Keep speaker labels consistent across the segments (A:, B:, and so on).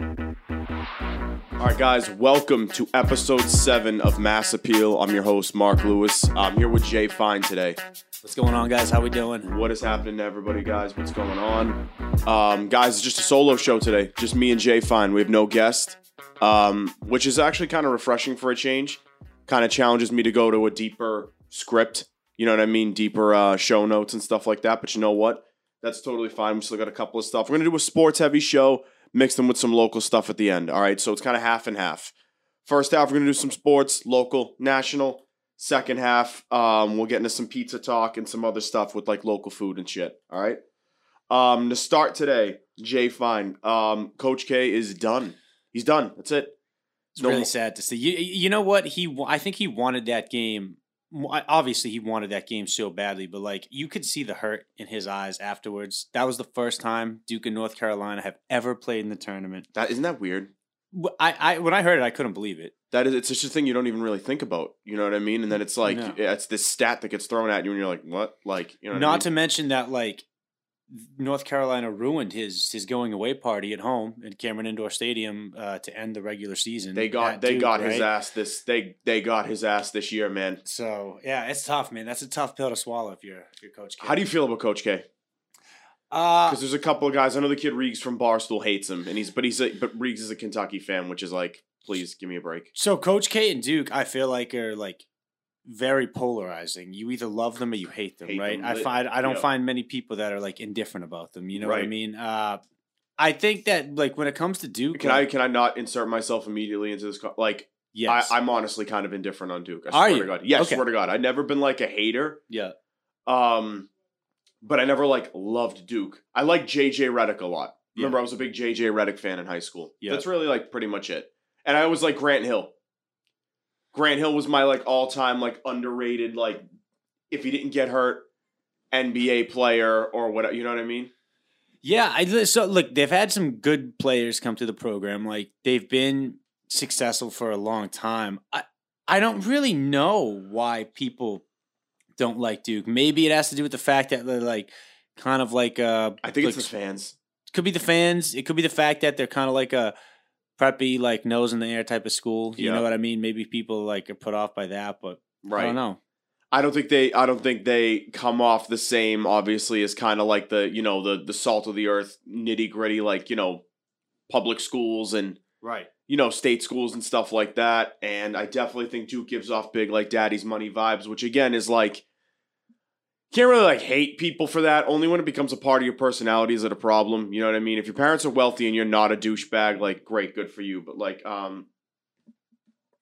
A: All right, guys, welcome to episode seven of Mass Appeal. I'm your host, Mark Lewis. I'm here with Jay Fine today.
B: What's going on, guys? How we doing?
A: What is happening to everybody, guys? What's going on? Um, guys, it's just a solo show today. Just me and Jay Fine. We have no guest, um, which is actually kind of refreshing for a change. Kind of challenges me to go to a deeper script. You know what I mean? Deeper uh, show notes and stuff like that. But you know what? That's totally fine. We still got a couple of stuff. We're going to do a sports heavy show, mix them with some local stuff at the end. All right. So it's kind of half and half. First half, we're going to do some sports, local, national. Second half, um, we'll get into some pizza talk and some other stuff with like local food and shit. All right. Um, to start today, Jay Fine. Um, Coach K is done. He's done. That's it.
B: It's
A: No
B: really
A: more.
B: sad to see. You, you know what? He, wa- I think he wanted that game. I- Obviously, he wanted that game so badly, but like you could see the hurt in his eyes afterwards. That was the first time Duke and North Carolina have ever played in the tournament.
A: That isn't that weird.
B: Wh- I, I when I heard it, I couldn't believe it.
A: That is, it's just a thing you don't even really think about. You know what I mean? And then it's like
B: No.
A: it's this stat that gets thrown at you, and you're like, what? Like, you know, what I
B: Not
A: mean?
B: to mention that like North Carolina ruined his his going away party at home at Cameron Indoor Stadium uh, to end the regular season.
A: They got
B: at
A: they
B: Duke,
A: got his
B: right?
A: ass this they they got his ass this year, man.
B: So yeah, it's tough, man. That's a tough pill to swallow if you're if you're Coach. K.
A: How do you feel about Coach K?
B: Uh,
A: Because there's a couple of guys. I know the kid Reeves from Barstool hates him, and he's but he's a, but Reeves is a Kentucky fan, which is like, please give me a break.
B: so Coach K and Duke, I feel like are like very polarizing. You either love them or you hate them,
A: Hate
B: right?
A: them.
B: I find I don't
A: Yeah.
B: find many people that are like indifferent about them. You know what I
A: Right.
B: mean? Uh, I think that like when it comes to Duke,
A: Can I
B: like,
A: can I not insert myself immediately into this? Co- like,
B: Yes.
A: I, I'm honestly kind of indifferent on Duke. I
B: Are
A: swear
B: you?
A: to God, yes,
B: Okay.
A: swear to God, I've never been like a hater.
B: yeah.
A: Um, but I never like loved Duke. I like JJ Reddick a lot. Remember, I was a big JJ Reddick fan in high school.
B: Yeah.
A: That's really like pretty much it. And I was like Grant Hill. Grant Hill was my like all time like underrated like if he didn't get hurt NBA player or whatever. You know what I mean?
B: Yeah, I li- so look, they've had some good players come to the program. Like they've been successful for a long time. I I don't really know why people don't like Duke. Maybe it has to do with the fact that they're like kind of like uh
A: I think
B: Like-
A: it's the fans.
B: could be the fans, it could be the fact that they're kind of like a preppy like nose in the air type of school. You
A: Yeah.
B: know what I mean? Maybe people like are put off by that, but
A: Right.
B: I don't know.
A: I don't think they I don't think they come off the same obviously as kind of like the you know the the salt of the earth nitty gritty like you know public schools and
B: Right.
A: you know, state schools and stuff like that. And I definitely think Duke gives off big like daddy's money vibes, which again is like can't really like hate people for that. Only when it becomes a part of your personality is it a problem. You know what I mean? If your parents are wealthy and you're not a douchebag, like great, good for you. But like, um,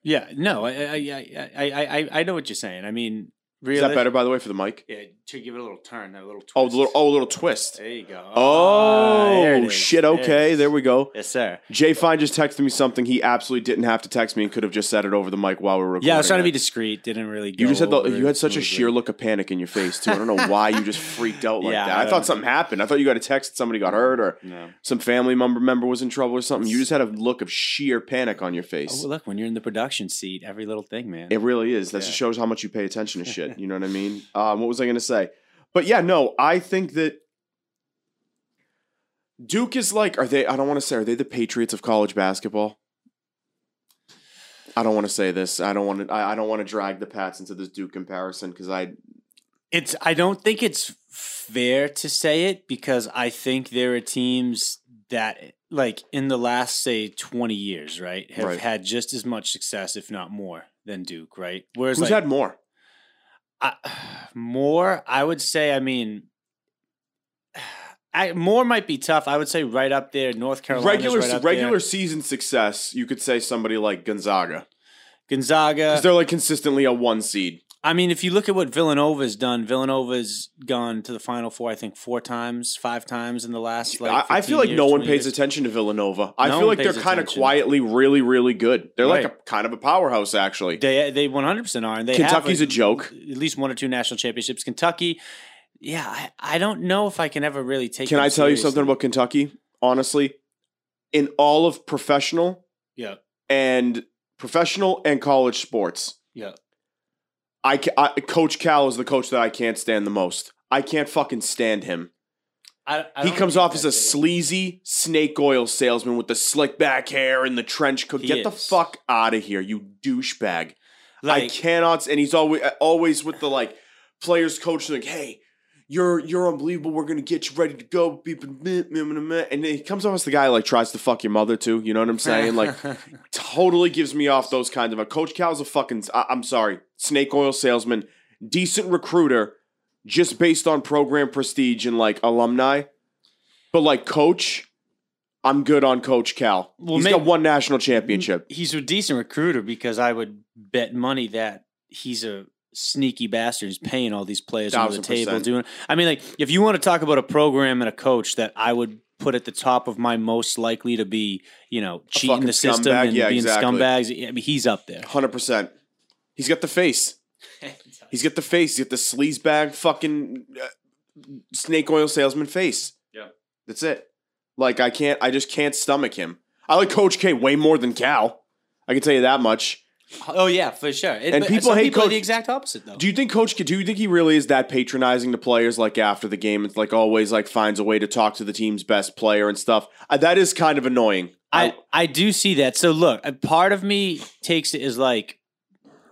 B: Yeah, no, I I I I I- I, I know what you're saying. I mean, really
A: is that better by the way for the mic?
B: Yeah, to give it a little turn, a little twist.
A: Oh, the little oh, a little twist.
B: There you go. Ah, there it
A: Oh
B: is.
A: shit!
B: There it
A: Okay,
B: is.
A: there we go.
B: Yes, sir.
A: Jay Fine just texted me something he absolutely didn't have to text me and could have just said it over the mic while we were recording.
B: Yeah, I was trying
A: it.
B: to be discreet. Didn't really. Go
A: You just had the,
B: over
A: you
B: it
A: had such a
B: smoothly.
A: sheer look of panic in your face too. I don't know why you just freaked out like
B: Yeah,
A: that.
B: I
A: I,
B: don't-
A: thought something happened. I thought you got a text that somebody got hurt or
B: No.
A: some family member member was in trouble or something. You just had a look of sheer panic on your
B: Oh,
A: face.
B: well, look, when you're in the production seat, every little thing, man.
A: It really is. That
B: Yeah.
A: just shows how much you pay attention to shit. You know what I mean? Um, what was I going to say? But yeah, no, I think that Duke is like, are they, I don't want to say, are they the Patriots of college basketball? I don't want to say this. I don't want to. I, I don't want to drag the Pats into this Duke comparison because I
B: It's. I don't think it's fair to say it because I think there are teams that, like, in the last say 20 years, right, have
A: Right.
B: had just as much success, if not more, than Duke, right? Whereas,
A: who's
B: like,
A: had more.
B: I, more, I would say. I mean, I, more might be tough. I would say right up there, North Carolina.
A: regular
B: right up
A: regular
B: there.
A: season success, you could say somebody like Gonzaga because
B: Gonzaga.
A: they're like consistently a one seed.
B: I mean, if you look at what Villanova's done, Villanova's gone to the Final Four. I think four times, five times in the last like.
A: I, I
B: 15
A: feel like
B: years,
A: no one
B: 20
A: pays
B: years.
A: attention to Villanova. I
B: No
A: feel
B: one
A: like they're
B: pays
A: kind of
B: attention.
A: quietly really really good. They're like
B: Right.
A: a kind of a powerhouse actually.
B: They they one hundred percent are, and they
A: Kentucky's a
B: have
A: joke.
B: at least one or two national championships. Kentucky, yeah, I, I don't know if I can ever really take.
A: Can
B: them
A: I tell you
B: seriously.
A: something about Kentucky? Honestly, in all of professional
B: Yeah,
A: and professional and college sports,
B: yeah.
A: I, ca- I Coach Cal is the coach that I can't stand the most. I can't fucking stand him.
B: I, I
A: He
B: don't
A: comes
B: think
A: off as a
B: that's it.
A: sleazy snake oil salesman with the slick back hair and the trench coat.
B: He
A: Get the
B: is.
A: fuck out of here, you douchebag.
B: Like,
A: I cannot. And he's always always with the like players coach like, hey, you're you're unbelievable. We're gonna get you ready to go. Beep, and beep, meh, meh, meh. And then he comes off as the guy who, like tries to fuck your mother too. You know what I'm saying? Like totally gives me off those kinds of. Coach Cal's a fucking. I, I'm sorry, snake oil salesman, decent recruiter, just based on program prestige and like alumni, but like coach. I'm good on Coach Cal.
B: Well,
A: He's
B: may-
A: got one national championship.
B: he's a decent recruiter because I would bet money that he's a sneaky bastard who's paying all these players on the
A: Thousand
B: table
A: percent.
B: doing I mean like if you want to talk about a program and a coach that I would put at the top of my most likely to be, you know, cheating
A: fucking
B: the system
A: scumbag.
B: and
A: Yeah,
B: being
A: exactly.
B: scumbags, I mean he's up there.
A: Hundred percent. He's got the face. He's got the face. He's got the sleaze bag fucking uh, snake oil salesman face.
B: Yeah.
A: That's it. Like I can't. I just can't stomach him. I like Coach K way more than Cal. I can tell you that much.
B: oh yeah, for sure. It-
A: And
B: but
A: people
B: some
A: hate
B: people are
A: coach-
B: the exact opposite though.
A: Do you think Coach? K- Do you think he really is that patronizing to players? Like after the game, it's like always like finds a way to talk to the team's best player and stuff. Uh, that is kind of annoying.
B: I, I do see that. So look, a part of me takes it as like,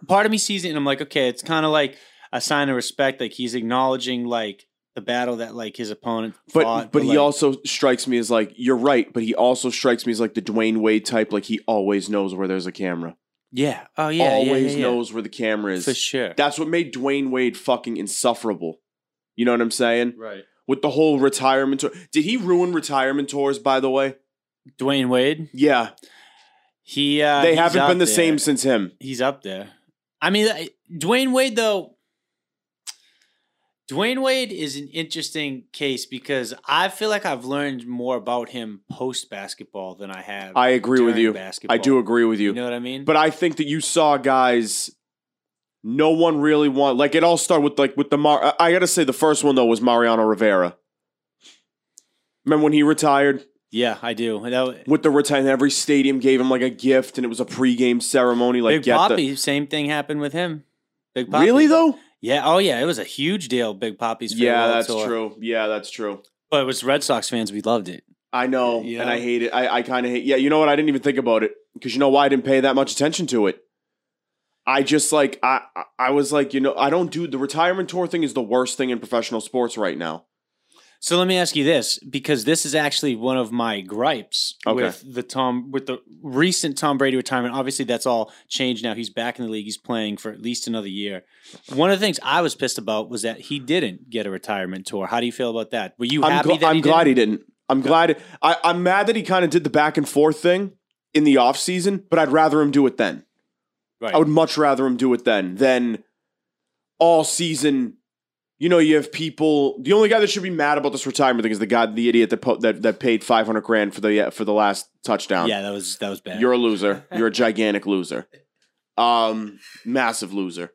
B: part of me sees it and I'm like, okay, it's kind of like a sign of respect. Like he's acknowledging like the battle that like his opponent
A: But
B: fought.
A: but he
B: like,
A: also strikes me as like you're right. But he also strikes me as like the Dwayne Wade type. Like he always knows where there's a camera.
B: yeah, oh yeah, yeah, yeah,
A: always
B: yeah.
A: knows where the camera is.
B: for sure.
A: That's what made Dwayne Wade fucking insufferable. You know what I'm saying?
B: right,
A: With the whole retirement tour. Did he ruin retirement tours, by the way?
B: Dwayne Wade.
A: Yeah.
B: He uh,
A: they
B: he's
A: haven't
B: up
A: been the
B: there.
A: same since him.
B: He's up there. I mean, I- Dwayne Wade though. Dwayne Wade is an interesting case because I feel like I've learned more about him post basketball than I have.
A: I agree with
B: during
A: you.
B: Basketball.
A: I do agree with you.
B: You know what I mean?
A: But I think that you saw guys no one really want like it all started with like with the Mar I- I gotta say the first one though was Mariano Rivera. Remember when he retired?
B: yeah, I do. And That,
A: With the retire every stadium gave him like a gift and it was a pregame ceremony. Like
B: Big
A: get
B: Poppy, same thing happened with him. Big
A: the
B: Poppy.
A: Really though?
B: Yeah. Oh yeah, it was a huge deal. Big Poppy's.
A: Yeah,
B: farewell
A: that's
B: tour.
A: true. Yeah, that's true.
B: But it was Red Sox fans. We loved it.
A: I know,
B: Yeah.
A: and I hate it. I, I kind of hate. Yeah, you know what? I didn't even think about it because you know why I didn't pay that much attention to it. I just like I I- I was like you know I don't do the retirement tour thing is the worst thing in professional sports right now.
B: So let me ask you this, because this is actually one of my gripes
A: Okay.
B: with the Tom with the recent Tom Brady retirement. Obviously, that's all changed now. He's back in the league. He's playing for at least another year. One of the things I was pissed about was that he didn't get a retirement tour. How do you feel about that? Were you
A: I'm
B: happy
A: gl-
B: that
A: I'm
B: he
A: glad
B: didn't?
A: he didn't. I'm glad I I'm mad that he kind of did the back and forth thing in the off season, but I'd rather him do it then.
B: Right.
A: I would much rather him do it then than all season. You know, you have people. The only guy that should be mad about this retirement thing is the guy, the idiot that po- that, that paid five hundred grand for the for the last touchdown.
B: yeah, that was that was bad.
A: you're a loser. You're a gigantic loser, um, massive loser.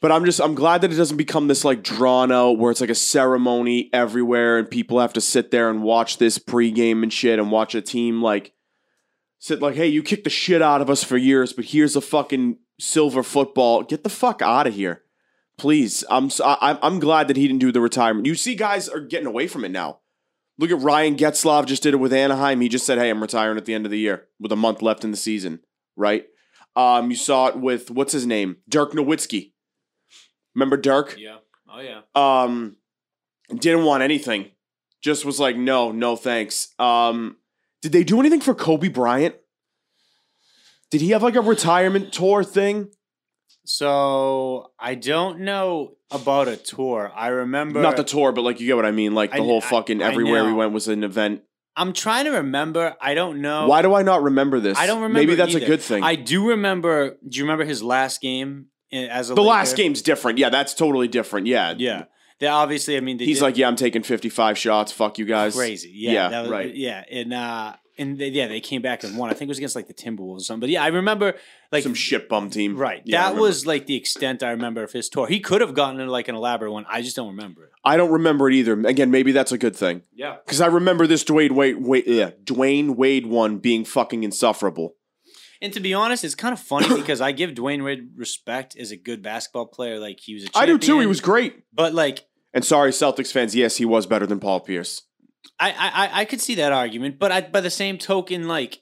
A: But I'm just I'm glad that it doesn't become this like drawn out where it's like a ceremony everywhere and people have to sit there and watch this pregame and shit and watch a team like sit like hey you kicked the shit out of us for years but here's a fucking silver football get the fuck out of here please I'm s- I, am i I'm glad that he didn't do the retirement you see guys are getting away from it now look at Ryan Getzlav just did it with Anaheim he just said hey I'm retiring at the end of the year with a month left in the season right um you saw it with what's his name Dirk Nowitzki remember Dirk
B: yeah. Oh yeah.
A: um didn't want anything just was like no no thanks um did they do anything for kobe bryant did he have like a retirement tour thing
B: So I don't know about a tour. I remember
A: not the tour but like you get what i mean like the
B: I-
A: whole
B: I-
A: fucking
B: I
A: everywhere we
B: know.
A: went was an event
B: I'm trying to remember. I don't know.
A: why do i not remember this
B: Oh. I don't remember.
A: maybe that's
B: either.
A: a good thing
B: I do remember. Do you remember his last game in- as a
A: the last
B: Laker?
A: game's different yeah that's totally different yeah
B: Yeah, they obviously. I mean, they
A: he's
B: did
A: like yeah i'm taking 55 shots fuck you guys
B: crazy. Yeah,
A: yeah,
B: that was,
A: right.
B: Yeah, and uh, and they, yeah, they came back and won. I think it was against like the Timberwolves or something. But yeah, I remember like
A: some shit bum team
B: Right,
A: Yeah, I
B: that
A: remember.
B: was like the extent I remember of his tour. He could have gotten into like an elaborate one. I just don't remember it.
A: i don't remember it either again maybe that's a good thing
B: Yeah,
A: Because I remember this Dwayne Wade, Wade yeah, Dwayne Wade one being fucking insufferable.
B: and to be honest, it's kind of funny because I give Dwayne Wade respect as a good basketball player. Like he was. a
A: I do too. He
B: champion,
A: was great,
B: but like
A: And sorry, Celtics fans, yes, he was better than Paul Pierce.
B: I, I I- I could see that argument, but I, by the same token, like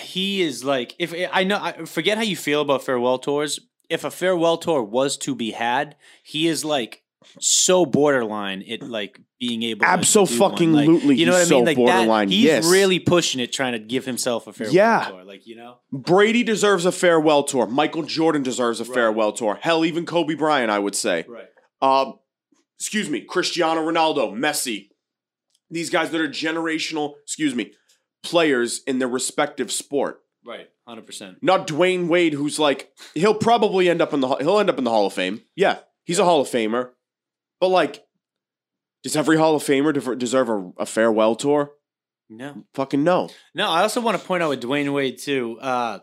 B: he is like if I know I forget how you feel about farewell tours. If a farewell tour was to be had, he is like so borderline it like being able to do one.
A: Abso-fucking-lutely,
B: Like, you know
A: he's
B: what I mean?
A: so
B: Like that-
A: borderline,
B: he's
A: yes.
B: really pushing it, trying to give himself a farewell
A: Yeah.
B: tour. Like you know,
A: Brady deserves a farewell tour. Michael Jordan deserves a
B: Right.
A: farewell tour. Hell, even Kobe Bryant, I would say.
B: right?
A: Um, excuse me, Cristiano Ronaldo, Messi. These guys that are generational, excuse me, players in their respective sport.
B: Right, hundred percent.
A: Not Dwayne Wade, who's like he'll probably end up in the he'll end up in the Hall of Fame. Yeah, he's a Hall of Famer, but like, does every Hall of Famer defer- deserve a, a farewell tour?
B: No,
A: Fucking no.
B: No, I also want to point out with Dwayne Wade too. Uh,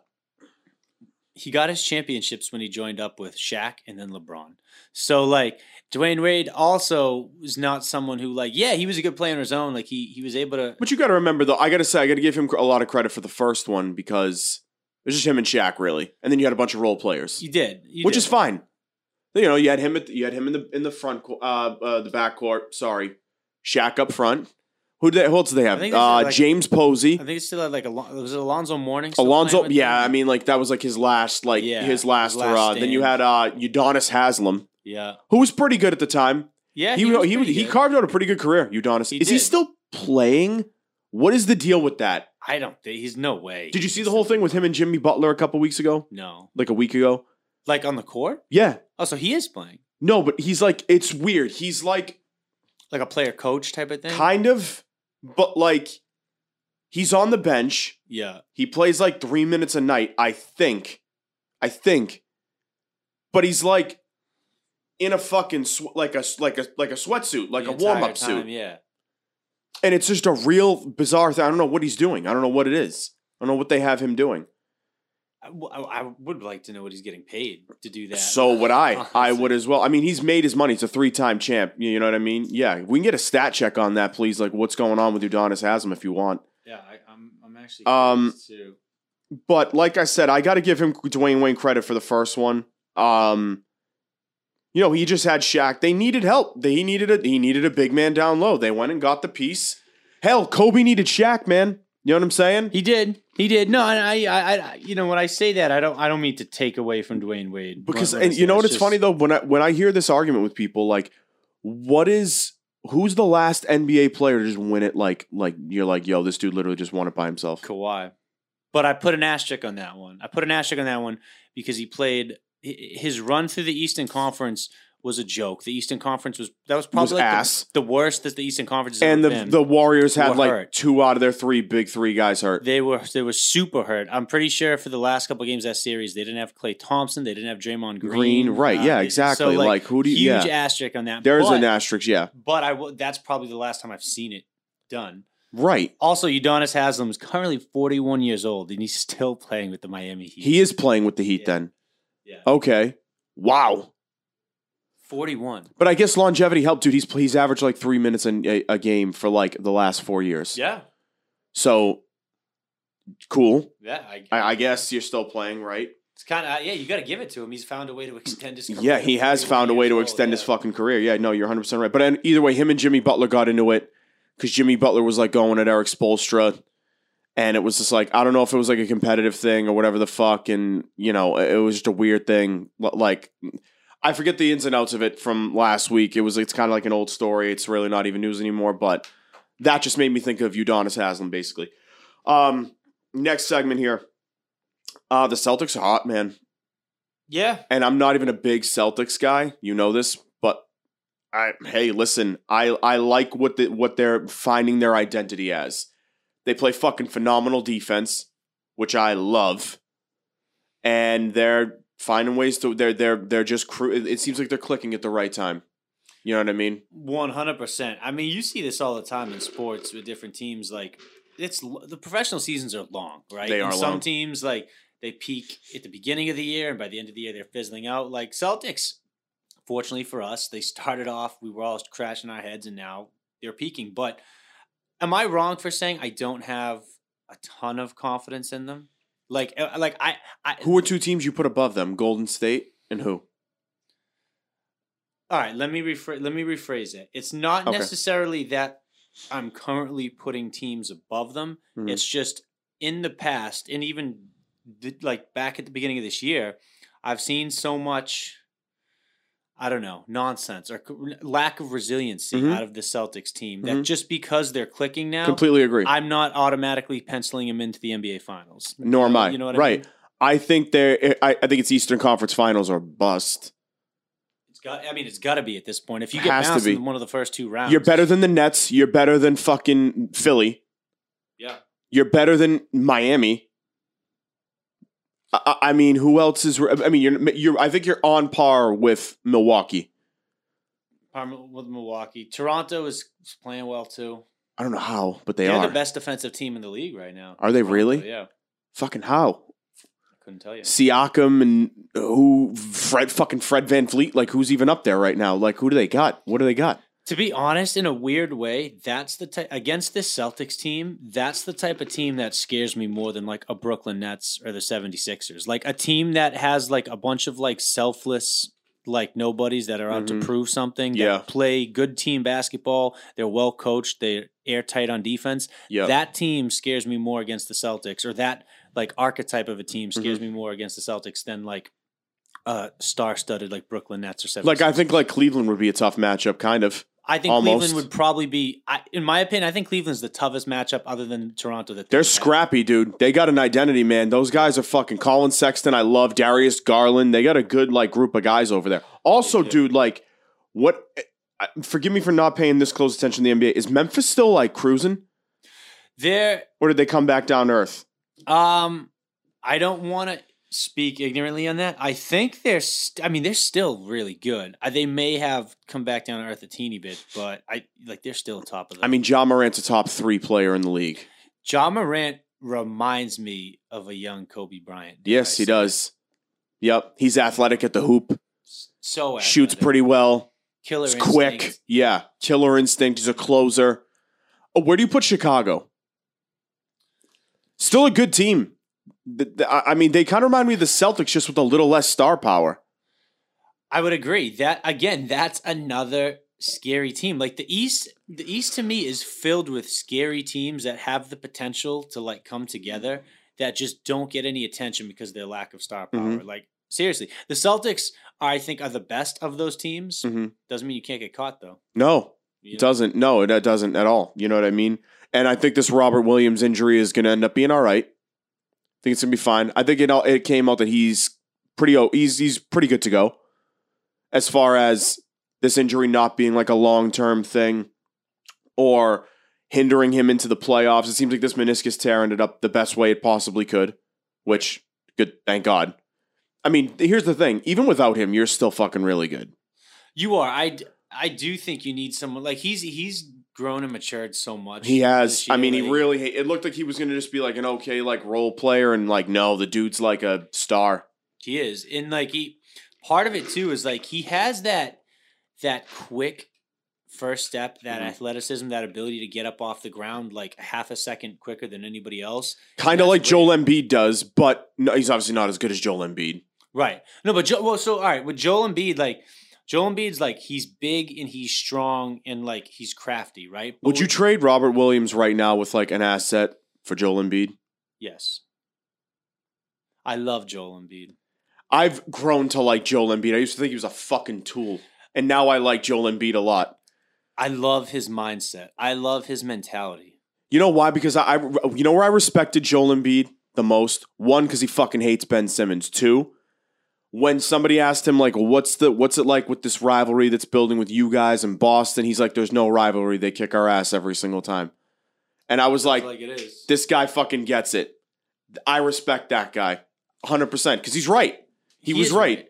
B: he got his championships when he joined up with Shaq and then LeBron. So like Dwayne Wade also was not someone who like yeah he was a good player on his own. Like he he was able to
A: But you got to remember though, I got to say, I got to give him cr- a lot of credit for the first one because it was just him and Shaq really, and then you had a bunch of role players.
B: you did you
A: which
B: did.
A: is fine. You know, you had him at the, you had him in the in the front co- uh, uh the back court. Sorry, Shaq up front. Who did they, who else do they have?
B: I think
A: Uh,
B: they said, like-
A: James Posey,
B: I think it's still had, like Alon- was it Alonzo Mourning? still
A: Alonzo.
B: playing with
A: Yeah,
B: them?
A: I mean, like that was like his last, like
B: Yeah,
A: his last,
B: his last
A: hurrah. Then you had
B: stand.
A: uh Udonis Haslam,
B: yeah,
A: who was pretty good at the time.
B: yeah.
A: he
B: was
A: he
B: pretty
A: he
B: good.
A: carved out a pretty good career. Udonis
B: He
A: is he
B: did.
A: still playing? What is the deal with that?
B: I don't think he's no way.
A: Did you see the whole thing with him and Jimmy Butler a couple weeks ago?
B: No,
A: Like a week ago?
B: like on the court.
A: Yeah.
B: Oh, so he is playing
A: No, but he's like it's weird. He's like
B: like a player coach type of thing.
A: Kind of, but like he's on the bench.
B: yeah,
A: He plays like three minutes a night, I think. I think. But he's like in a fucking sw- like a like a like a sweatsuit, like
B: the
A: a warm
B: entire
A: up suit,
B: time, Yeah,
A: and it's just a real bizarre thing. I don't know what he's doing. I don't know what it is. I don't know what they have him doing.
B: I, w- I- I would like to know what he's getting paid to do that.
A: So would I. I
B: Honestly.
A: would as well. I mean, he's made his money. He's a three time champ. You know what I mean? Yeah. We can get a stat check on that, please. Like what's going on with Udonis Haslam if you want.
B: Yeah, I, I'm. I'm actually.
A: Um,
B: curious too.
A: but like I said, I got to give him Dwayne Wayne credit for the first one. Um, you know, he just had Shaq. They needed help. They he needed a he needed a big man down low. They went and got the piece. Hell, Kobe needed Shaq, man. You know what I'm saying?
B: He did. He did. No, and I, I, I, you know, when I say that, I don't, I don't mean to take away from Dwayne Wade.
A: Because and you know what? It's funny though when I when I hear this argument with people, like, what is who's the last NBA player to just win it? Like, like you're like, yo, this dude literally just won it by himself.
B: Kawhi. But I put an asterisk on that one. I put an asterisk on that one because he played hi- his run through the Eastern Conference was a joke. The Eastern Conference was that was probably
A: Was
B: like, the-
A: ass.
B: The, worst that the Eastern Conference has
A: And
B: ever
A: the
B: been.
A: the Warriors had
B: Were
A: like
B: hurt.
A: two out of their three big three guys hurt.
B: They were they were super hurt. I'm pretty sure for the last couple games of that series, they didn't have Clay Thompson, they didn't have Draymond Green.
A: Green, right, yeah,
B: they-
A: exactly. Like, who do you-
B: Huge
A: yeah.
B: asterisk on that.
A: There's
B: but,
A: an asterisk, yeah.
B: But I will. That's probably the last time I've seen it done.
A: Right.
B: Also, Udonis Haslam is currently 41 years old, and he's still playing with the Miami Heat.
A: He is playing with the Heat
B: Yeah.
A: then.
B: Yeah.
A: Okay. Wow.
B: 41.
A: But I guess longevity helped, dude. He's he's averaged like three minutes in a, a game for like the last four years.
B: Yeah,
A: So cool.
B: yeah. I,
A: I, I guess you're still playing, right?
B: it's kind of yeah. You got to give it to him. He's found a way to extend his. Career
A: Yeah, he
B: to
A: has
B: 41
A: found a way to
B: years old,
A: extend his
B: yeah.
A: fucking career. Yeah, no, you're 100 percent right. But and either way, him and Jimmy Butler got into it because Jimmy Butler was like going at Eric Spolstra, and it was just like I don't know if it was like a competitive thing or whatever the fuck, and you know it it was just a weird thing. L- Like I forget the ins and outs of it from last week. It was it's kind of like an old story. It's really not even news anymore. But that just made me think of Udonis Haslam basically. Um, next segment here. Uh, the Celtics are hot, man
B: Yeah,
A: and I'm not even a big Celtics guy. You know this, but I hey, listen, I I like what the, what they're finding their identity as. They play fucking phenomenal defense, which I love, and they're finding ways to they're they're they're just cru- it it seems like they're clicking at the right time. You know what I mean?
B: One hundred percent. I mean, you see this all the time in sports with different teams. Like it's l- the professional seasons are long, right?
A: They
B: And
A: are
B: Some
A: long.
B: teams like they peak at the beginning of the year, and by the end of the year, they're fizzling out. Like Celtics, fortunately for us, they started off. We were all crashing our heads, and now they're peaking. But am I wrong for saying I don't have a ton of confidence in them? Like, uh, like I, I
A: Who are two teams you put above them? Golden State and who?
B: all right, let me rephr- let me rephrase it. It's not
A: Okay.
B: necessarily that I'm currently putting teams above them.
A: Mhm.
B: It's just in the past and even th- like back at the beginning of this year, I've seen so much I don't know, nonsense or c- lack of resiliency
A: Mhm.
B: out of the Celtics team that
A: Mhm.
B: just because they're clicking now,
A: Completely agree.
B: I'm not automatically penciling them into the NBA finals.
A: Nor am I.
B: You know what I
A: right.
B: mean?
A: I think they're. I, I think it's Eastern Conference Finals or bust.
B: It's got I mean it's got to be at this point. If you get
A: Has to
B: bounced
A: be.
B: in one of the first two rounds.
A: You're better than the Nets. You're better than fucking Philly.
B: Yeah.
A: You're better than Miami. I- I, I mean, who else is? I mean, you're. You're. I think you're on par with Milwaukee.
B: Parma with Milwaukee. Toronto is playing well too.
A: I don't know how, but they
B: They are
A: are.
B: the best defensive team in the league right now.
A: Are they
B: Toronto,
A: really?
B: Yeah,
A: Fucking how?
B: I couldn't tell you.
A: Siakam and who? Fred fucking Fred Van Fleet. Like who's even up there right now? Like who do they got? What do they got?
B: To be honest, in a weird way, that's the type against this Celtics team. That's the type of team that scares me more than like a Brooklyn Nets or the 76ers. Like a team that has like a bunch of like selfless like nobodies that are out
A: Mhm.
B: to prove something. that
A: Yeah.
B: play good team basketball. They're well coached. They're airtight on defense.
A: Yeah.
B: that team scares me more against the Celtics, or that like archetype of a team
A: Mm-hmm.
B: scares me more against the Celtics than like uh star-studded like Brooklyn Nets or seven.
A: like I think like Cleveland would be a tough matchup, kind of.
B: I think
A: almost.
B: Cleveland would probably be, I, in my opinion, I think Cleveland's the toughest matchup other than Toronto. That
A: They're
B: they've had.
A: scrappy, dude. They got an identity, man. Those guys are fucking Colin Sexton. I love Darius Garland. They got a good like group of guys over there. Also,
B: They do.
A: dude, like what? I- Forgive me for not paying this close attention to the NBA. Is Memphis still like cruising,
B: They're
A: or did they come back down to earth?
B: um, I don't want to speak ignorantly on that. I think they're, st- I mean, they're still really good. I, they may have come back down to earth a teeny bit, but I like they're still top of. The
A: I mean, John Morant's a top three player in the league.
B: John Morant reminds me of a young Kobe Bryant. dare I
A: Yes, he
B: say.
A: does. Yep, he's athletic at the hoop.
B: So
A: Shoots
B: athletic.
A: pretty well.
B: killer,
A: He's quick.
B: instinct.
A: Yeah, killer instinct. He's a closer. Oh, where do you put Chicago? Still a good team. Th- th- I I mean, they kind of remind me of the Celtics, just with a little less star power.
B: I would agree that again. That's another scary team. Like the East, the East to me is filled with scary teams that have the potential to like come together that just don't get any attention because of their lack of star power.
A: Mhm.
B: Like seriously, the Celtics, I think, are the best of those teams.
A: Mhm.
B: Doesn't mean you can't get caught though.
A: No,
B: You
A: it
B: know?
A: doesn't. No, it uh, doesn't at all. You know what I mean? And I think this Robert Williams injury is going to end up being all right. I think it's going to be fine. I think it all, it came out that he's pretty o- he's he's pretty good to go as far as this injury not being like a long-term thing or hindering him into the playoffs. It seems like this meniscus tear ended up the best way it possibly could, which good thank God. I mean, here's the thing, even without him, you're still fucking really good.
B: You are. I d- I do think you need someone like he's he's grown and matured so much.
A: He has.
B: this
A: I
B: year
A: mean, he
B: that
A: really. It looked like he was going to just be like an okay, like role player, and like no, the dude's like a star.
B: He is, and like he, part of it too is like he has that that quick first step, that
A: Mhm.
B: athleticism, that ability to get up off the ground like half a second quicker than anybody else.
A: Kind of
B: That's
A: like
B: great.
A: Joel Embiid does, but no, he's obviously not as good as Joel Embiid.
B: Right. No, but Joe. Well, so all right with Joel Embiid, like Joel Embiid's like he's big and he's strong and like he's crafty, right? But
A: Would you
B: with-
A: trade Robert Williams right now with like an asset for Joel Embiid?
B: yes. I love Joel Embiid.
A: I've grown to like Joel Embiid. I used to think he was a fucking tool, and now I like Joel Embiid a lot.
B: I love his mindset. I love his mentality.
A: You know why? Because I, I- you know where I respected Joel Embiid the most. One, because he fucking hates Ben Simmons. Two, when somebody asked him like, "What's the what's it like with this rivalry that's building with you guys in Boston?" He's like, "There's no rivalry. They kick our ass every single time." And I was like,
B: it is.
A: "This guy fucking gets it. I respect that guy, 100 percent, because he's right. He, was
B: is
A: right.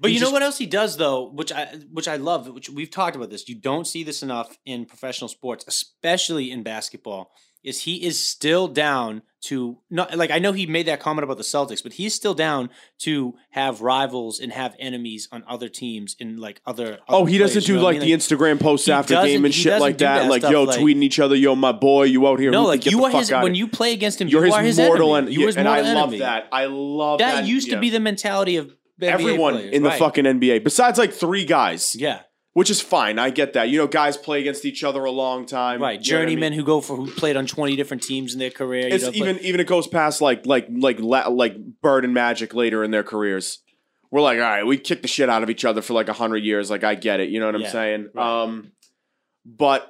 B: But
A: He
B: you
A: just-
B: know what else he does though, which I which I love, which we've talked about this. You don't see this enough in professional sports, especially in basketball. Is he is still down to not like I know he made that comment about the Celtics, but he's still down to have rivals and have enemies on other teams and like other.
A: Oh,
B: other
A: he
B: players,
A: doesn't do
B: you know what I
A: like
B: mean?
A: the Instagram posts
B: he
A: after game
B: doesn't-
A: and
B: he
A: shit
B: doesn't
A: like
B: do
A: that.
B: that
A: Like,
B: stuff,
A: yo,
B: like-
A: tweeting each other, yo, my boy, you out here?
B: No,
A: hooping,
B: like
A: get
B: you
A: the
B: are
A: fuck
B: his
A: outta
B: when
A: here."
B: you play against him.
A: You're
B: you
A: his,
B: are his
A: mortal
B: enemy.
A: enemy.
B: You are his
A: and I
B: mortal
A: love
B: enemy.
A: that. I love that.
B: That used
A: yeah.
B: to be the mentality of NBA
A: everyone
B: players,
A: in the
B: right.
A: fucking NBA besides like three guys.
B: Yeah,
A: which is fine. I get that. You know, guys play against each other a long time.
B: Right,
A: you know what I mean?
B: journeymen who go for who played on twenty different teams in their career. you
A: It's
B: know, but-
A: even even it goes past like like like la- like Bird and Magic later in their careers. We're like, all right, we kicked the shit out of each other for like hundred years. Like I get it, you know what I'm
B: Yeah,
A: saying.
B: right.
A: Um, but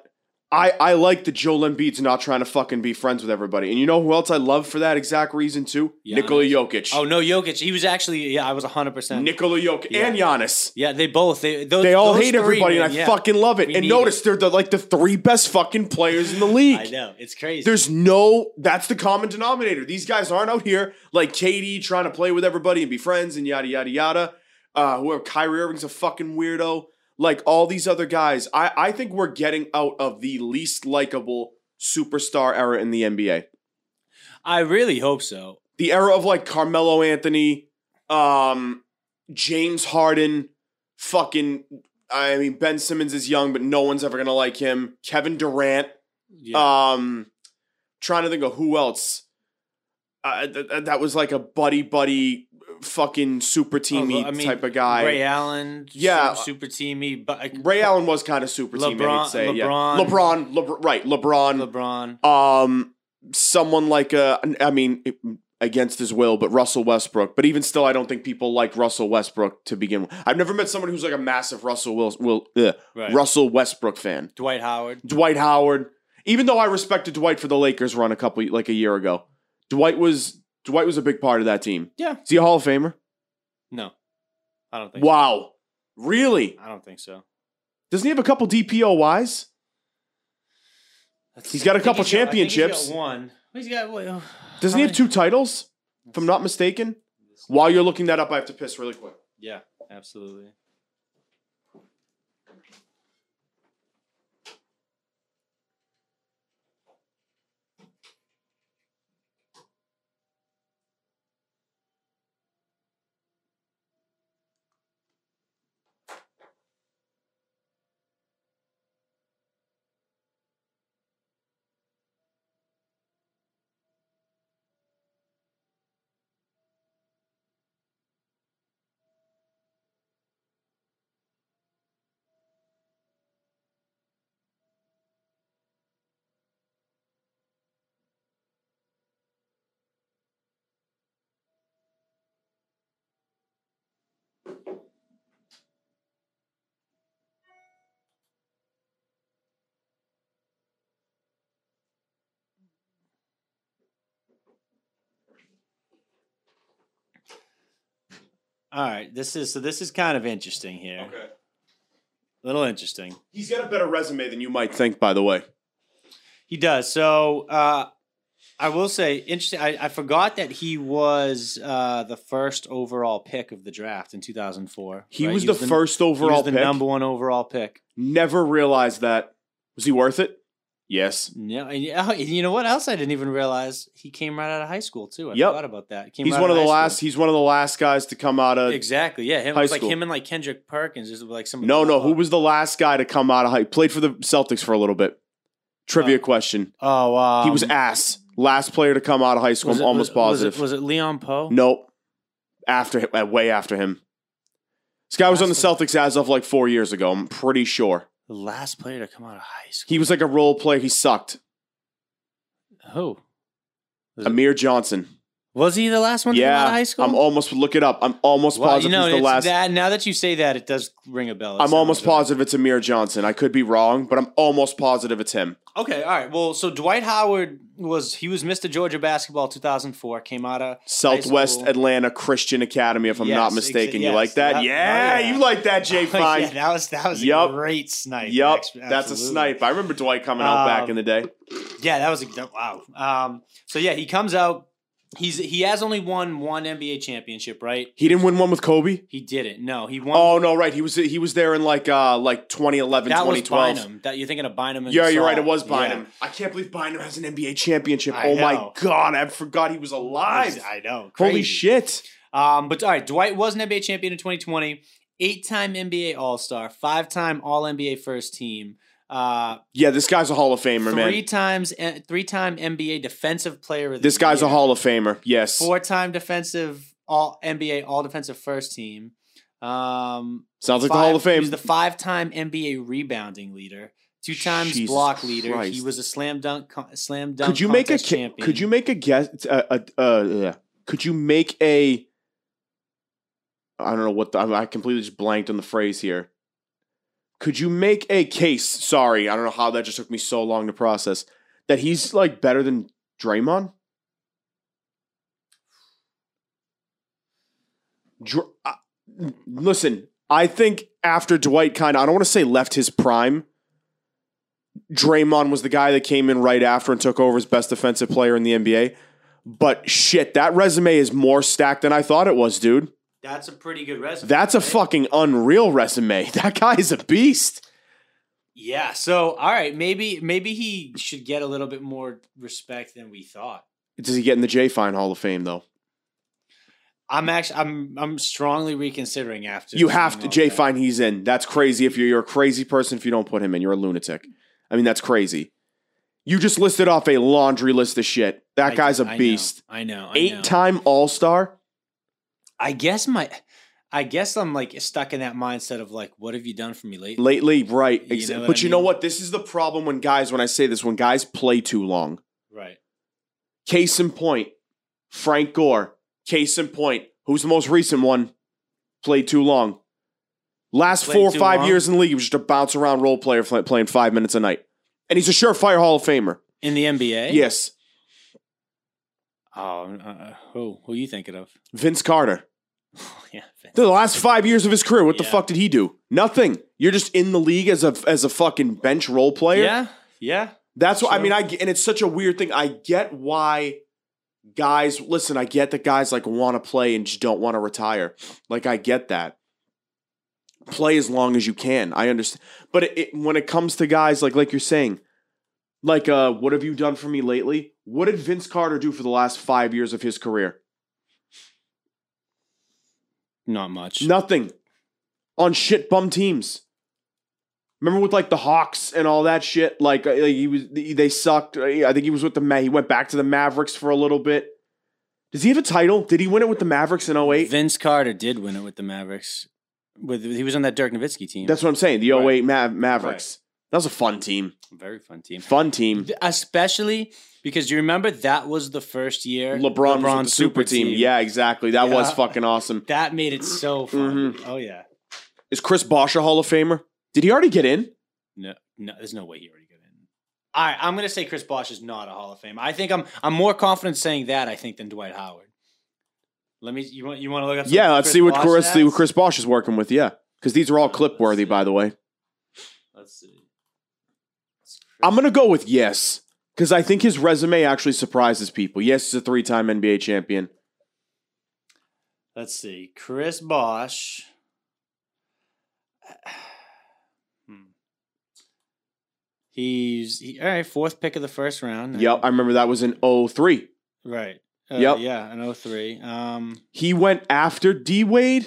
A: I I like that Joel Embiid's not trying to fucking be friends with everybody. And you know who else I love for that exact reason too?
B: Giannis.
A: Nikola Jokic.
B: oh no, Jokic. He was actually yeah, I was hundred percent.
A: Nikola Jokic
B: Yeah.
A: and Giannis.
B: Yeah, they both they those,
A: They all
B: those
A: hate
B: three,
A: everybody,
B: man,
A: and I
B: yeah.
A: fucking love it.
B: We
A: and
B: need
A: notice they're the, like the three best fucking players in the league.
B: I know it's crazy.
A: There's no that's the common denominator. These guys aren't out here like Katie trying to play with everybody and be friends and yada yada yada. Uh whoever Kyrie Irving's a fucking weirdo. Like all these other guys. I, I think we're getting out of the least likable superstar era in the NBA.
B: I really hope so.
A: The era of like Carmelo Anthony, um, James Harden, fucking I mean Ben Simmons is young, but no one's ever gonna like him. Kevin Durant.
B: Yeah.
A: Um, trying to think of who else. Uh, th- th- that was like a buddy buddy, fucking super teamy
B: Oh, I mean,
A: type of guy.
B: Ray
A: Ray,
B: Allen,
A: Yeah. uh,
B: su- super teamy, but
A: Allen was kind of super teamy. I'd
B: LeBron-
A: say, yeah.
B: LeBron.
A: LeBron, LeBron, right, LeBron.
B: LeBron.
A: Um, someone like uh, I mean, it- against his will, but Russell Westbrook. But even still, I don't think people like Russell Westbrook to begin with. I've never met somebody who's like a massive Russell Will, will ugh,
B: Right.
A: Russell Westbrook fan.
B: Dwight Howard.
A: Dwight Howard. Even though I respected Dwight for the Lakers run a couple like a year ago, Dwight was Dwight was a big part of that team.
B: Yeah.
A: is he a Hall of Famer?
B: No, I don't think.
A: Wow, really?
B: So. I don't think so.
A: Doesn't he have a couple DPOYs?
B: That's-
A: He's got a
B: I think
A: couple
B: he's got- I think
A: championships.
B: He's got one. He's got. Well,
A: Doesn't he have two titles? If I'm not mistaken. While you're looking that up, I have to piss really quick.
B: Yeah, absolutely. All right, this is so. This is kind of interesting here. little interesting.
A: He's got a better resume than you might think, by the way.
B: He does. So uh, I will say, interesting. I, I forgot that he was uh, the first overall pick of the draft in 2004.
A: He
B: right?
A: was the first
B: He was
A: overall
B: the
A: pick.
B: number one overall pick.
A: Never realized that. Was he worth it? Yes.
B: No, and you- oh, you know what else I didn't even realize? He came right out of high school too. I
A: Yep.
B: forgot about that. He came
A: He's
B: right
A: one
B: out
A: of the
B: high
A: last.
B: school.
A: He's one of the last guys to come out of
B: exactly. Yeah, him, it
A: high
B: was like
A: school.
B: him and like Kendrick Perkins. This was like some.
A: No, no. Who was the last guy to come out of high? Played for the Celtics for a little bit. Trivia question.
B: Oh, Uh, um,
A: he was ass. Last player to come out of high school.
B: was
A: I'm
B: it-
A: almost
B: was-
A: positive.
B: Was it, was it Leon Poe?
A: nope. After him, uh, way after him. This guy was on the
B: Last one.
A: Celtics as of like four years ago. I'm pretty sure
B: the last player to come out of high school.
A: he was like a role player. He sucked.
B: Who Was it-
A: Amir Johnson.
B: was he? The last one to come out
A: Yeah,
B: of uh, high school.
A: I'm almost look it up. I'm almost
B: Well, you
A: positive
B: know,
A: he's the
B: it's
A: last.
B: that, now that you say that, it does ring a bell. It
A: I'm almost
B: sounds
A: positive it's Amir Johnson. I could be wrong, but I'm almost positive it's him.
B: right. Okay, all right. Well, so Dwight Howard was he was Mr. Georgia basketball 2004. Came out of
A: Southwest
B: school.
A: Atlanta Christian Academy, if I'm
B: Yes,
A: not
B: exa-
A: mistaken.
B: yes,
A: you like that?
B: that-
A: yeah,
B: oh, yeah.
A: you like that, Jay Fine.
B: yeah, that was that was
A: Yup.
B: a great snipe.
A: Yep,
B: Ex-
A: that's a
B: absolutely.
A: snipe. I remember Dwight coming out back
B: Um,
A: in the day.
B: Yeah, that was a that- wow. Um, so yeah, he comes out. He's he has only won one NBA championship, right?
A: He didn't win one with Kobe.
B: He didn't. No, he won.
A: Oh no, right. He was he was there in like uh like 2011,
B: that was
A: 2012.
B: Bynum. That you're thinking of Bynum. And
A: Yeah, you're
B: Gasol.
A: right. It was
B: Yeah.
A: Bynum. I can't believe Bynum has an NBA championship.
B: I
A: oh my
B: know.
A: god, I forgot he was alive.
B: I know.
A: Holy
B: crazy.
A: shit!
B: Um, but all right, Dwight was an NBA champion in 2020, eight-time NBA All-Star, five-time All-NBA First Team, uh,
A: Yeah, this guy's a Hall of Famer,
B: three
A: man.
B: times eh, three-time NBA Defensive Player of the
A: This guy's a
B: Year,
A: Hall of Famer. Yes.
B: four-time defensive All NBA All Defensive First Team. Um,
A: Sounds like
B: five-
A: the Hall of
B: He
A: Fame.
B: was the five-time NBA rebounding leader, two times
A: Jesus
B: block leader. He
A: Christ.
B: was a slam dunk, con- slam dunk.
A: could you make a
B: contest
A: ca-
B: champion.
A: could you make a guess? Uh, uh, uh, yeah. could you make a? I don't know what the, I completely just blanked on the phrase here. Could you make a case? Sorry, I don't know how that just took me so long to process. That he's like better than Draymond. Dr- uh, listen, I think after Dwight kind of, I don't want to say left his prime. Draymond was the guy that came in right after and took over as best defensive player in the NBA. But shit, that resume is more stacked than I thought it was, dude.
B: That's a pretty good resume.
A: That's a
B: right?
A: fucking unreal resume. That guy is a beast.
B: Yeah. So, all right, maybe maybe he should get a little bit more respect than we thought.
A: Does he get in the J Fine Hall of Fame though?
B: I'm actually I'm I'm strongly reconsidering after
A: You
B: this
A: have
B: going
A: to
B: off
A: J
B: that.
A: Fine. He's in. That's crazy. If you're, you're a crazy person, if you don't put him in, you're a lunatic. I mean, that's crazy. You just listed off a laundry list of shit. That
B: I-
A: guy's a
B: I know,
A: beast.
B: I know. I know.
A: Eight time All Star.
B: I guess my I guess I'm like stuck in that mindset of like, what have you done for me lately?
A: Lately, right.
B: You
A: exa-
B: know what
A: but
B: I
A: you know
B: mean?
A: what? This is the problem when guys, when I say this, when guys play too long.
B: Right.
A: Case in point, Frank Gore. Case in point, who's the most recent one? Played too long. Last
B: Played
A: four or
B: too
A: five
B: long?
A: years in the league, he was just a bounce around role player fl- playing five minutes a night. And he's a surefire Hall of Famer.
B: In the NBA?
A: Yes.
B: Oh, uh, who who you thinking of?
A: Vince Carter.
B: yeah.
A: The last five years of his career, what the
B: Yeah.
A: fuck did he do? Nothing. You're just in the league as a as a fucking bench role player.
B: Yeah. Yeah.
A: That's what I
B: Sure.
A: mean. I get- and it's such a weird thing. I get why guys listen. I get that guys like want to play and just don't want to retire. Like I get that. Play as long as you can. I understand. But it, it, when it comes to guys like like you're saying, like uh, what have you done for me lately? What did Vince Carter do for the last five years of his career?
B: Not much.
A: Nothing. On shit bum teams. Remember with like the Hawks and all that shit. Like, uh, like he was, they sucked. Uh, I think he was with the Ma- he went back to the Mavericks for a little bit. Does he have a title? Did he win it with the Mavericks in 08?
B: Vince Carter did win it with the Mavericks. With he was on that Dirk Nowitzki team.
A: That's what I'm saying. The 08
B: Right.
A: Ma- Mavericks. That was a fun team.
B: very fun team.
A: Fun team.
B: Especially because you remember that was the first year
A: LeBron, was with the super team. Yeah, exactly. That was
B: Yeah.
A: fucking awesome.
B: That made it so fun.
A: Mm-hmm.
B: Oh yeah.
A: Is Chris Bosh a Hall of Famer? Did he already get in?
B: No, no, there's no way he already got in. All right, I'm gonna say Chris Bosh is not a Hall of Fame. I think I'm I'm more confident saying that I think than Dwight Howard. Let me you want you want to look up? some
A: yeah, let's see what
B: Bosh
A: Chris, see what
B: stats?
A: Chris Bosh is working with. Yeah, because these are all
B: Let's
A: clip worthy,
B: see.
A: by the way.
B: Let's see. It's Chris-
A: I'm gonna go with yes because I think his resume actually surprises people. Yes, he's a three-time NBA champion.
B: Let's see. Chris Bosch. Hmm. He's he, all right. Fourth pick of the first round.
A: Yep, I remember that was in 03.
B: Right. Uh,
A: Yep.
B: Yeah. An 03. Um.
A: He went after D Wade.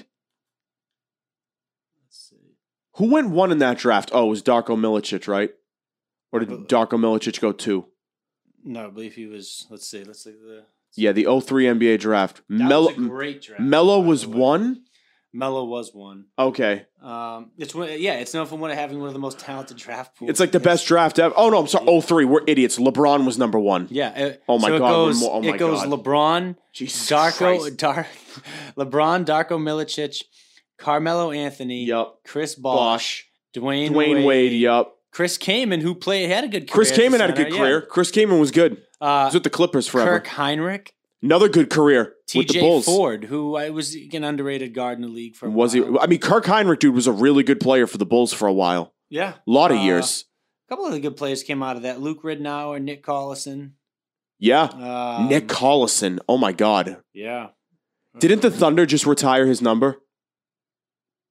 B: Let's see.
A: Who went one in that draft? Oh, it was Darko Milicic, right? Or did
B: Uh,
A: Darko Milicic go two?
B: No, I believe he was. Let's see. Let's see the.
A: Yeah, the 03 NBA draft.
B: That
A: Mello
B: was a great draft.
A: Mello
B: by
A: was
B: the way.
A: one.
B: Mello was one.
A: Okay,
B: Um, it's one- yeah, it's known for one of having one of the most talented draft pools.
A: it's like the best draft ever. Oh no, I'm sorry. 03, we're idiots. LeBron was number one.
B: Yeah. it-
A: Oh my
B: so it
A: God, one
B: Goes,
A: more- oh my
B: it goes
A: God.
B: LeBron,
A: Jesus
B: Darko,
A: Christ.
B: Dar- LeBron, Darko Milicic, Carmelo Anthony,
A: Yep.
B: Chris Bosh,
A: Bosh.
B: Dwayne,
A: Dwayne
B: Wade,
A: Wade. Yep.
B: Chris Kaman, who played had a good career.
A: Chris
B: at the
A: Kaman had a
B: center,
A: good
B: yeah.
A: career. Chris Kaman was good.
B: Uh,
A: He's with the Clippers forever.
B: Kirk Heinrich,
A: Another good career with the
B: T.J.
A: Bulls.
B: Ford, who I was an underrated guard in the league for. a
A: Was he?
B: while.
A: I mean, Kirk Heinrich, dude, was a really good player for the Bulls for a while.
B: Yeah,
A: A lot of
B: Uh,
A: years.
B: a couple of the good players came out of that. Luke Ridnour, Nick Collison.
A: Yeah.
B: Um,
A: Nick Collison. Oh my God.
B: Yeah.
A: Didn't the Thunder just retire his number?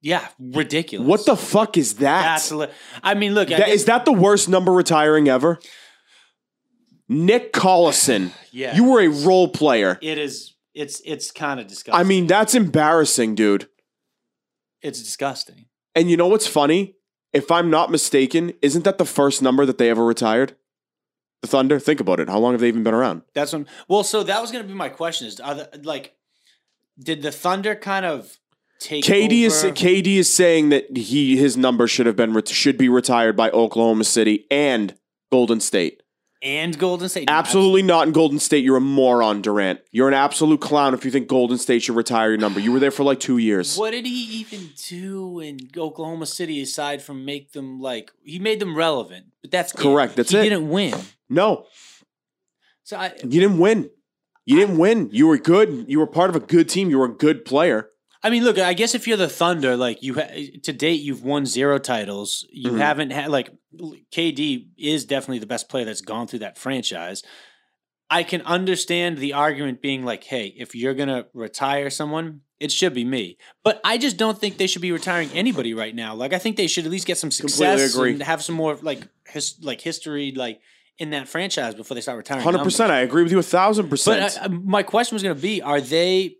B: Yeah, ridiculous.
A: What the fuck is that?
B: That's. li- I mean, look. I
A: That- is that the worst number retiring ever? Nick Collison.
B: guess- yeah.
A: You were a role player.
B: It is. It's. It's kind of disgusting.
A: I mean, that's embarrassing, dude.
B: it's disgusting.
A: And you know what's funny? If I'm not mistaken, isn't that the first number that they ever retired? The Thunder? Think about it. How long have they even been around?
B: That's when. Well, so that was going to be my question: is are the, like, did the Thunder kind of take.
A: KD is
B: over.
A: KD is saying that he his number should have been ret- should be retired by Oklahoma City and Golden State.
B: and Golden State. No,
A: Absolutely not in Golden State. You're a moron, Durant. You're an absolute clown if you think Golden State should retire your number. You were there for like two years.
B: What did he even do in Oklahoma City aside from make them like he made them relevant? But that's it.
A: Correct, that's
B: he
A: it.
B: didn't win.
A: No,
B: So I,
A: you didn't win. You didn't win. You were good. You were part of a good team. You were a good player.
B: I mean, look, I guess if you're the Thunder, like you ha- to date, you've won zero titles. You
A: Mhm.
B: haven't had like KD is definitely the best player that's gone through that franchise. I can understand the argument being like, hey, if you're gonna retire someone, it should be me. But I just don't think they should be retiring anybody right now. Like, I think they should at least get some
A: Completely
B: success
A: agree.
B: and have some more like his- like history like in that franchise before they start retiring.
A: Hundred
B: numbers.
A: percent. I agree with you a thousand percent.
B: But uh, my question was going to be: Are they?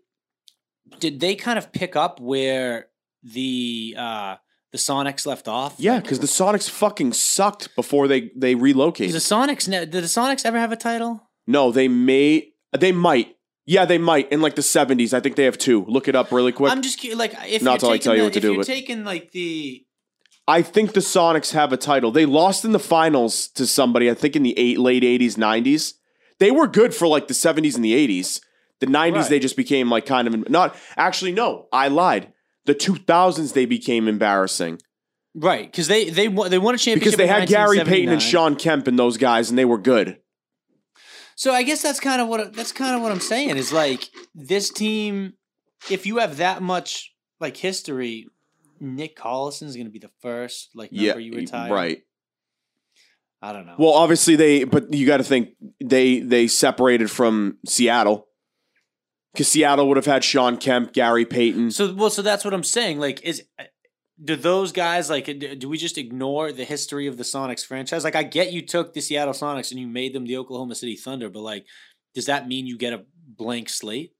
B: Did they kind of pick up where the uh the Sonics left off?
A: yeah, because the Sonics fucking sucked before they they
B: Is the
A: relocated.
B: Sonics? ne- Did the Sonics ever have a title?
A: No, they may. They might. Yeah, they might. In like the seventies, I think they have two. Look it up really quick.
B: I'm just curious. Like, if
A: Not
B: you're
A: till I
B: taking
A: tell you
B: the-
A: what to
B: if
A: do,
B: You're
A: but-
B: taking like the
A: I think the Sonics have a title. They lost in the finals to somebody, I think in the eight, late 80s, 90s. They were good for like the 70s and the 80s. The 90s,
B: Right.
A: they just became like kind of not actually, no, I lied. The 2000s, they became embarrassing
B: right because they they won, they won a championship
A: because they
B: in
A: had Gary Payton and
B: 1979.
A: Sean Kemp and those guys, and they were good.
B: So I guess that's kind of what that's kind of what I'm saying is like this team. If you have that much like history, Nick Collison's going to be the first like number
A: Yeah, e,
B: you retire.
A: right.
B: I don't know.
A: Well, obviously they, but you got to think they they separated from Seattle because Seattle would have had Sean Kemp, Gary Payton.
B: So well, so that's what I'm saying. Like, is uh, do those guys like? d- Do we just ignore the history of the Sonics franchise? Like, I get you took the Seattle Sonics and you made them the Oklahoma City Thunder, but like, does that mean you get a blank slate?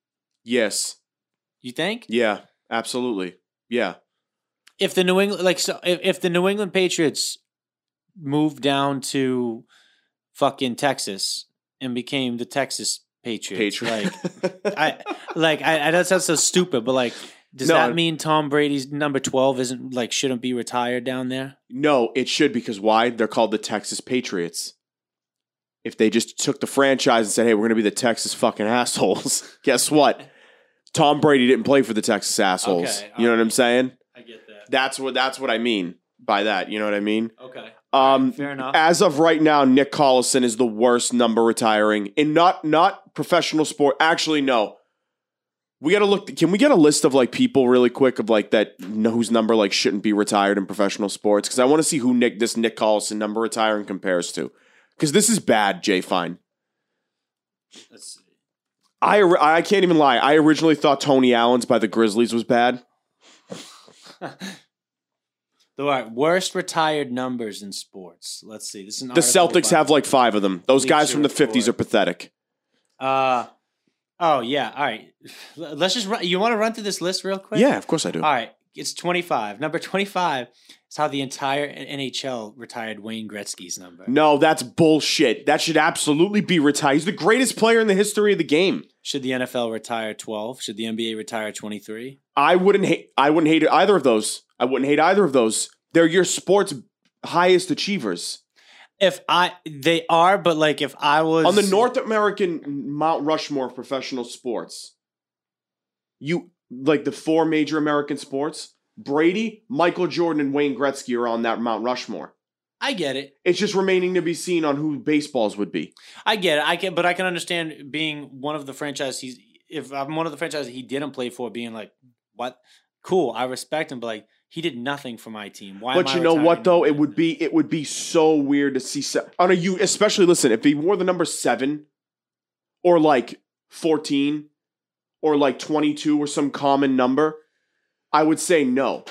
A: Yes,
B: You think
A: yeah, absolutely, yeah.
B: if the New England like so if, if the New England Patriots moved down to fucking Texas and became the Texas Patriots,
A: Patriot.
B: like I like I, I know that sounds so stupid, but like, does
A: No.
B: that mean Tom Brady's number twelve isn't like shouldn't be retired down there?
A: no, it should because why? They're called the Texas Patriots. If they just took the franchise and said, "Hey, we're going to be the Texas fucking assholes," guess what? Tom Brady didn't play for the Texas assholes.
B: Okay,
A: you know what I'm
B: alright.
A: saying?
B: I get that.
A: That's what that's what I mean by that. You know what I mean?
B: Okay,
A: Um,
B: fair enough.
A: as of right now, Nick Collison is the worst number retiring in not not professional sport. Actually, no. We gotta look. Can we get a list of like people really quick of like that no, whose number like shouldn't be retired in professional sports? Because I want to see who Nick this Nick Collison number retiring compares to. Because this is bad, Jay Fine.
B: Let's see.
A: I or- I can't even lie. I originally thought Tony Allen's by the Grizzlies was bad.
B: The all right, worst retired numbers in sports. Let's see. This is an
A: The
B: article
A: Celtics
B: by-
A: have like five of them. Those
B: Bleacher
A: guys from the fifties are
B: Report.
A: pathetic.
B: Uh, oh yeah. All right. L- Let's just run. You want to run through this list real quick?
A: Yeah, of course I do.
B: All right. It's twenty five. Number twenty five is how the entire NHL retired Wayne Gretzky's number.
A: No, that's bullshit. That should absolutely be retired. He's the greatest player in the history of the game.
B: Should the NFL retire twelve? Should the NBA retire twenty three?
A: I wouldn't hate. I wouldn't hate either of those. I wouldn't hate either of those. They're your sport's highest achievers
B: If I they are, but like if I was
A: on the North American Mount Rushmore of professional sports. You like the four major American sports: Brady, Michael Jordan, and Wayne Gretzky are on that Mount Rushmore.
B: I get it.
A: It's just remaining to be seen on who baseballs would be.
B: I get it. I can, but I can understand being one of the franchises. He's if I'm one of the franchises he didn't play for, being like, what? Cool, I respect him, but like he did nothing for my team. Why? am
A: But
B: I
A: you know what
B: retiring
A: though,
B: him
A: it would
B: now?
A: be it would be so weird to see se- on a you especially listen if he wore the number seven or like fourteen or like twenty two or some common number, I would say no.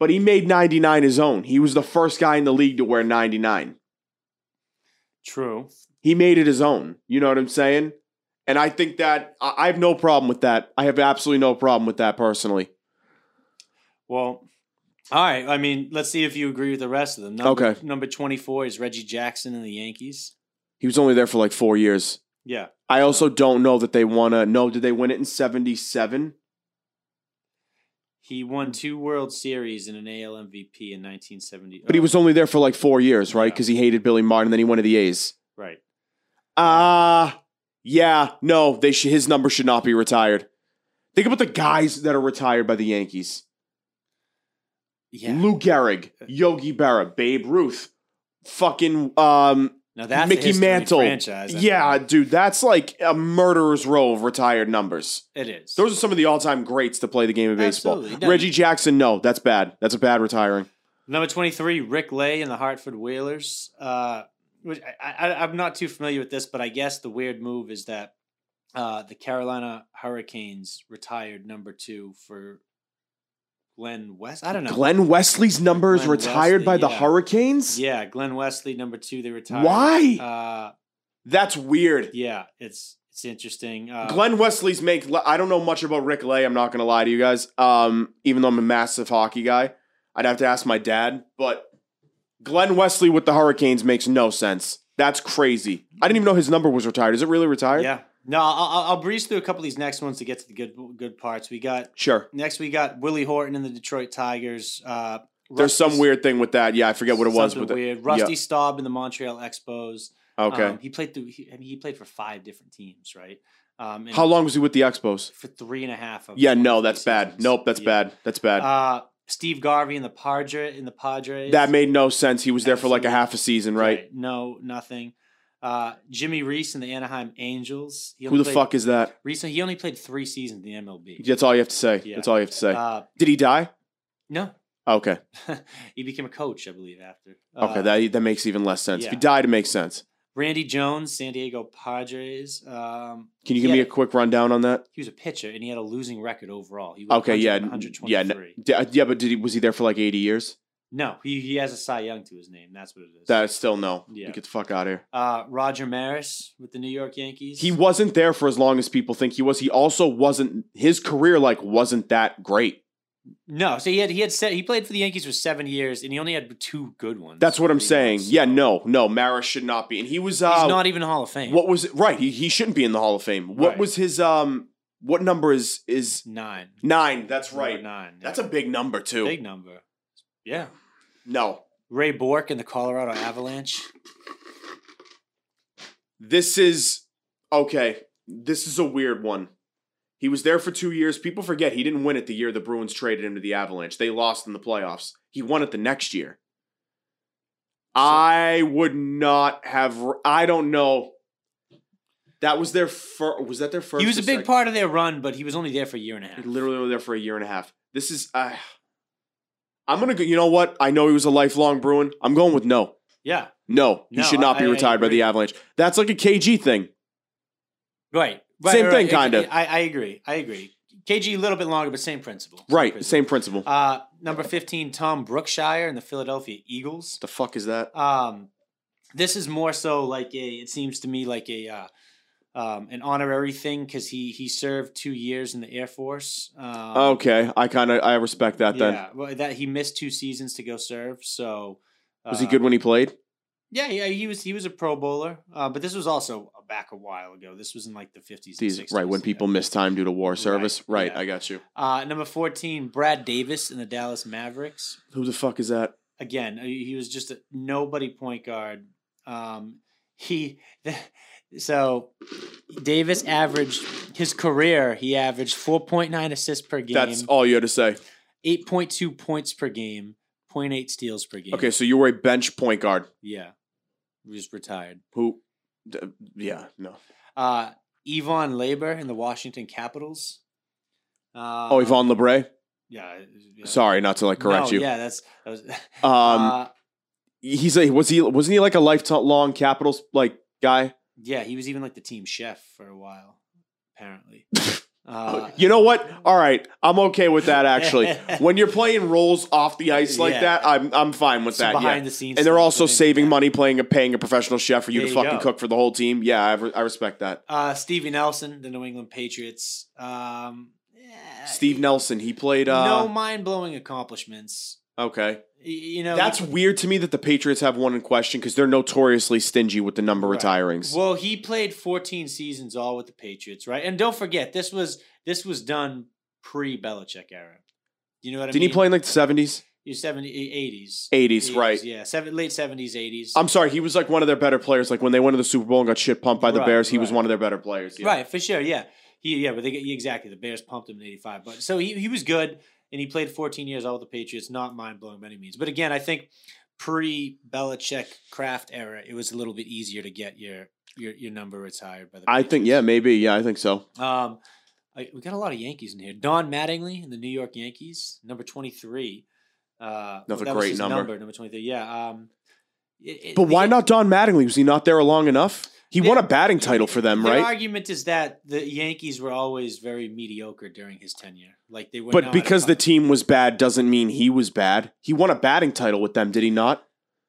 A: But he made ninety nine his own. He was the first guy in the league to wear ninety nine.
B: true.
A: He made it his own. You know what I'm saying? And I think that I I have no problem with that. I have absolutely no problem with that personally.
B: Well, all right. I mean, let's see if you agree with the rest of them. Number,
A: Okay.
B: Number twenty four is Reggie Jackson and the Yankees.
A: He was only there for like four years.
B: Yeah.
A: I also don't know that they want to know. Did they win it in 77?
B: He won
A: Mm.
B: two World Series and an AL MVP in 1970.
A: But he
B: oh,
A: was only there for like four years, right?
B: Yeah.
A: Because he hated Billy Martin, then he went to the A's.
B: right.
A: Ah, yeah, no, they sh- his number should not be retired. Think about the guys that are retired by the Yankees:
B: Yeah.
A: Lou Gehrig, Yogi Berra, Babe Ruth, fucking um,
B: Now that's
A: Mickey
B: Mickey the Mantle
A: Mantle.
B: franchise. I
A: yeah,
B: think.
A: dude, that's like a murderer's row of retired numbers.
B: it is.
A: Those are some of the all-time greats to play the game of baseball.
B: Absolutely. No.
A: Reggie Jackson, no, that's bad. That's a bad retiring.
B: Number 23, Rick Lay and the Hartford Whalers. Uh, which I, I, I'm not too familiar with this, but I guess the weird move is that uh, the Carolina Hurricanes retired number two for Glenn West. I don't know.
A: Glenn Wesley's number is
B: Glenn
A: retired
B: Wesley,
A: by the
B: yeah.
A: Hurricanes.
B: Yeah, Glenn Wesley, number two, they retired.
A: Why?
B: Uh,
A: That's weird.
B: yeah, it's it's interesting. Uh,
A: Glenn Wesley's make. I don't know much about Rick Lay. I'm not gonna lie to you guys. Um, even though I'm a massive hockey guy, I'd have to ask my dad. But Glenn Wesley with the Hurricanes makes no sense. That's crazy. I didn't even know his number was retired. Is it really retired?
B: Yeah. No, I'll, I'll- I'll breeze through a couple of these next ones to get to the good good parts. We got
A: Sure.
B: next. We got Willie Horton and the Detroit Tigers. Uh,
A: There's some
B: Rusty-
A: weird thing with that. Yeah, I forget what it was.
B: something
A: But the,
B: weird. Rusty Staub in the Montreal Expos.
A: okay.
B: Um, he played through. He, I mean, he played for five different teams, right? Um, and
A: How long was he with the Expos?
B: for three and a half. Of
A: Yeah,
B: the
A: no,
B: 23
A: that's bad.
B: seasons.
A: Nope, that's
B: Yeah.
A: bad. That's bad.
B: Uh, Steve Garvey in the Padre in the Padres.
A: that made no sense. He was there for like a
B: Absolutely.
A: half a season, right?
B: No, nothing. Uh, Jimmy Reese in the Anaheim Angels. He
A: Who the
B: played,
A: fuck is that?
B: Reese, he only played three seasons in the MLB.
A: That's all you have to say.
B: Yeah.
A: That's all you have to say.
B: Uh,
A: Did he die?
B: no,
A: Okay.
B: he became a coach, I believe, after.
A: Okay,
B: Uh,
A: that that makes even less sense. If he
B: yeah.
A: died, it makes sense.
B: Randy Jones, San Diego Padres. Um,
A: Can you
B: he
A: give me a
B: had-
A: quick rundown on that?
B: he was a pitcher and he had a losing record overall. He was
A: Okay, yeah, n- yeah, n-
B: 123.
A: D- uh, yeah, but did he was he there for like eighty years?
B: No, he, he has a Cy Young to his name. That's what it is.
A: That is still no.
B: Yeah.
A: You get the fuck out of here.
B: uh, Roger Maris with the New York Yankees.
A: He wasn't there for as long as people think he was. He also wasn't his career like wasn't that great.
B: no, so he had he had set, he played for the Yankees for seven years and he only had two good ones.
A: That's what I'm
B: Pretty
A: saying.
B: much.
A: Yeah, no, no, Maris should not be. And he was uh
B: he's not even Hall of Fame.
A: what was it? Right, he, he shouldn't be in the Hall of Fame. What
B: Right.
A: was his um what number is is
B: nine?
A: nine? That's
B: Number
A: right.
B: nine.
A: That's a big number too.
B: big number. Yeah,
A: No.
B: Ray Bork and the Colorado Avalanche.
A: This is okay. This is a weird one. He was there for two years. People forget he didn't win it the year the Bruins traded him to the Avalanche. They lost in the playoffs. He won it the next year. I would not have. I don't know. That was their first. Was that their first?
B: he was
A: or
B: a big
A: second?
B: part of their run, but he was only there for a year and a
A: He
B: half.
A: literally were there for a year and a half. This is. Uh, I'm gonna go. You know what? I know he was a lifelong Bruin. I'm going with no.
B: Yeah,
A: No, he
B: No,
A: should not
B: I-
A: be
B: I
A: retired by
B: agree.
A: the Avalanche. That's like a KG thing.
B: right. right
A: Same
B: right,
A: thing,
B: right.
A: kinda.
B: I, I agree. I agree. KG a little bit longer, but same principle.
A: Right.
B: principle.
A: Same principle.
B: Uh, number 15, Tom Brookshire and the Philadelphia Eagles.
A: the fuck is that?
B: Um, this is more so like a, it seems to me like a, uh, um, an honorary thing because he, he served two years in the Air Force. Um,
A: Okay, I kind of I respect that Oh, then.
B: Yeah, well, that he missed two seasons to go serve. So uh,
A: Was he good when he played?
B: Yeah, yeah, he was he was a Pro Bowler, uh, but this was also back a while ago. This was in like the fifties,
A: These right when people miss time due to war service. Right,
B: yeah.
A: I got you.
B: Uh, number fourteen, Brad Davis in the Dallas Mavericks.
A: Who the fuck is that?
B: again, uh, he he was just a nobody point guard. Um, he so Davis averaged his career. He averaged four point nine assists per game,
A: That's all you had to say.
B: eight point two points per game, 0.8 steals per game.
A: Okay, so you were a bench point guard.
B: yeah, he was retired.
A: Who? d- yeah, no.
B: Uh, Yvonne Labor in the Washington Capitals. Uh,
A: Oh, Yvonne Lebre.
B: Yeah, yeah.
A: Sorry, not to like correct
B: No,
A: you.
B: Yeah, that's that was,
A: Um,
B: uh,
A: he's a was he wasn't he like a lifelong Capitals like guy?
B: yeah. He was even like the team chef for a while, apparently.
A: Oh,
B: Uh,
A: you know what? All right, I'm okay with that actually. when you're playing roles off the ice like
B: Yeah.
A: that, I'm I'm fine with that.
B: some
A: yeah.
B: behind the scenes,
A: And they're
B: stuff,
A: also
B: I think,
A: saving
B: yeah.
A: money playing a paying a professional chef for you
B: There
A: to
B: you
A: fucking
B: go.
A: cook for the whole team. Yeah, I, re- I respect that.
B: Uh, Stevie Nelson, the New England Patriots. Um, yeah,
A: Steve Nelson, he played.
B: no
A: Uh,
B: mind blowing accomplishments.
A: okay,
B: Y- You know,
A: that's weird to me that the Patriots have one in question because they're notoriously stingy with the number
B: Right.
A: retirings.
B: well, he played 14 seasons all with the Patriots, right? And don't forget, this was this was done pre Belichick era. You know what I
A: Didn't
B: mean?
A: he play in like the seventies,
B: Your 70s, 80s.
A: eighties? Right.
B: Yeah, seven, late 70s, 80s.
A: I'm sorry, he was like one of their better players. Like when they went to the Super Bowl and got shit pumped by the
B: Right,
A: Bears, he was
B: right.
A: one of their better players. Yeah.
B: Right, for sure. Yeah. He, yeah, but they get exactly. The Bears pumped him in 85. But so he, he was good and he played 14 years all with the Patriots. Not mind blowing by any means. But again, I think pre Belichick Kraft era, it was a little bit easier to get your your, your number retired by the
A: I think, yeah, maybe, yeah, I think so.
B: Um, I, we got a lot of Yankees in here. Don Mattingly in the New York Yankees, number twenty three. Uh,
A: Another
B: that was
A: great
B: his
A: number.
B: number twenty three. Yeah. Um, it- it-
A: But why
B: the-
A: not Don Mattingly? Was he not there long enough? He won a
B: Yeah.
A: batting title for them,
B: Their
A: right?
B: argument is that the Yankees were always very mediocre during his tenure. Like they were,
A: But
B: not-
A: because the team was bad doesn't mean he was bad. He won a batting title with them, did he not?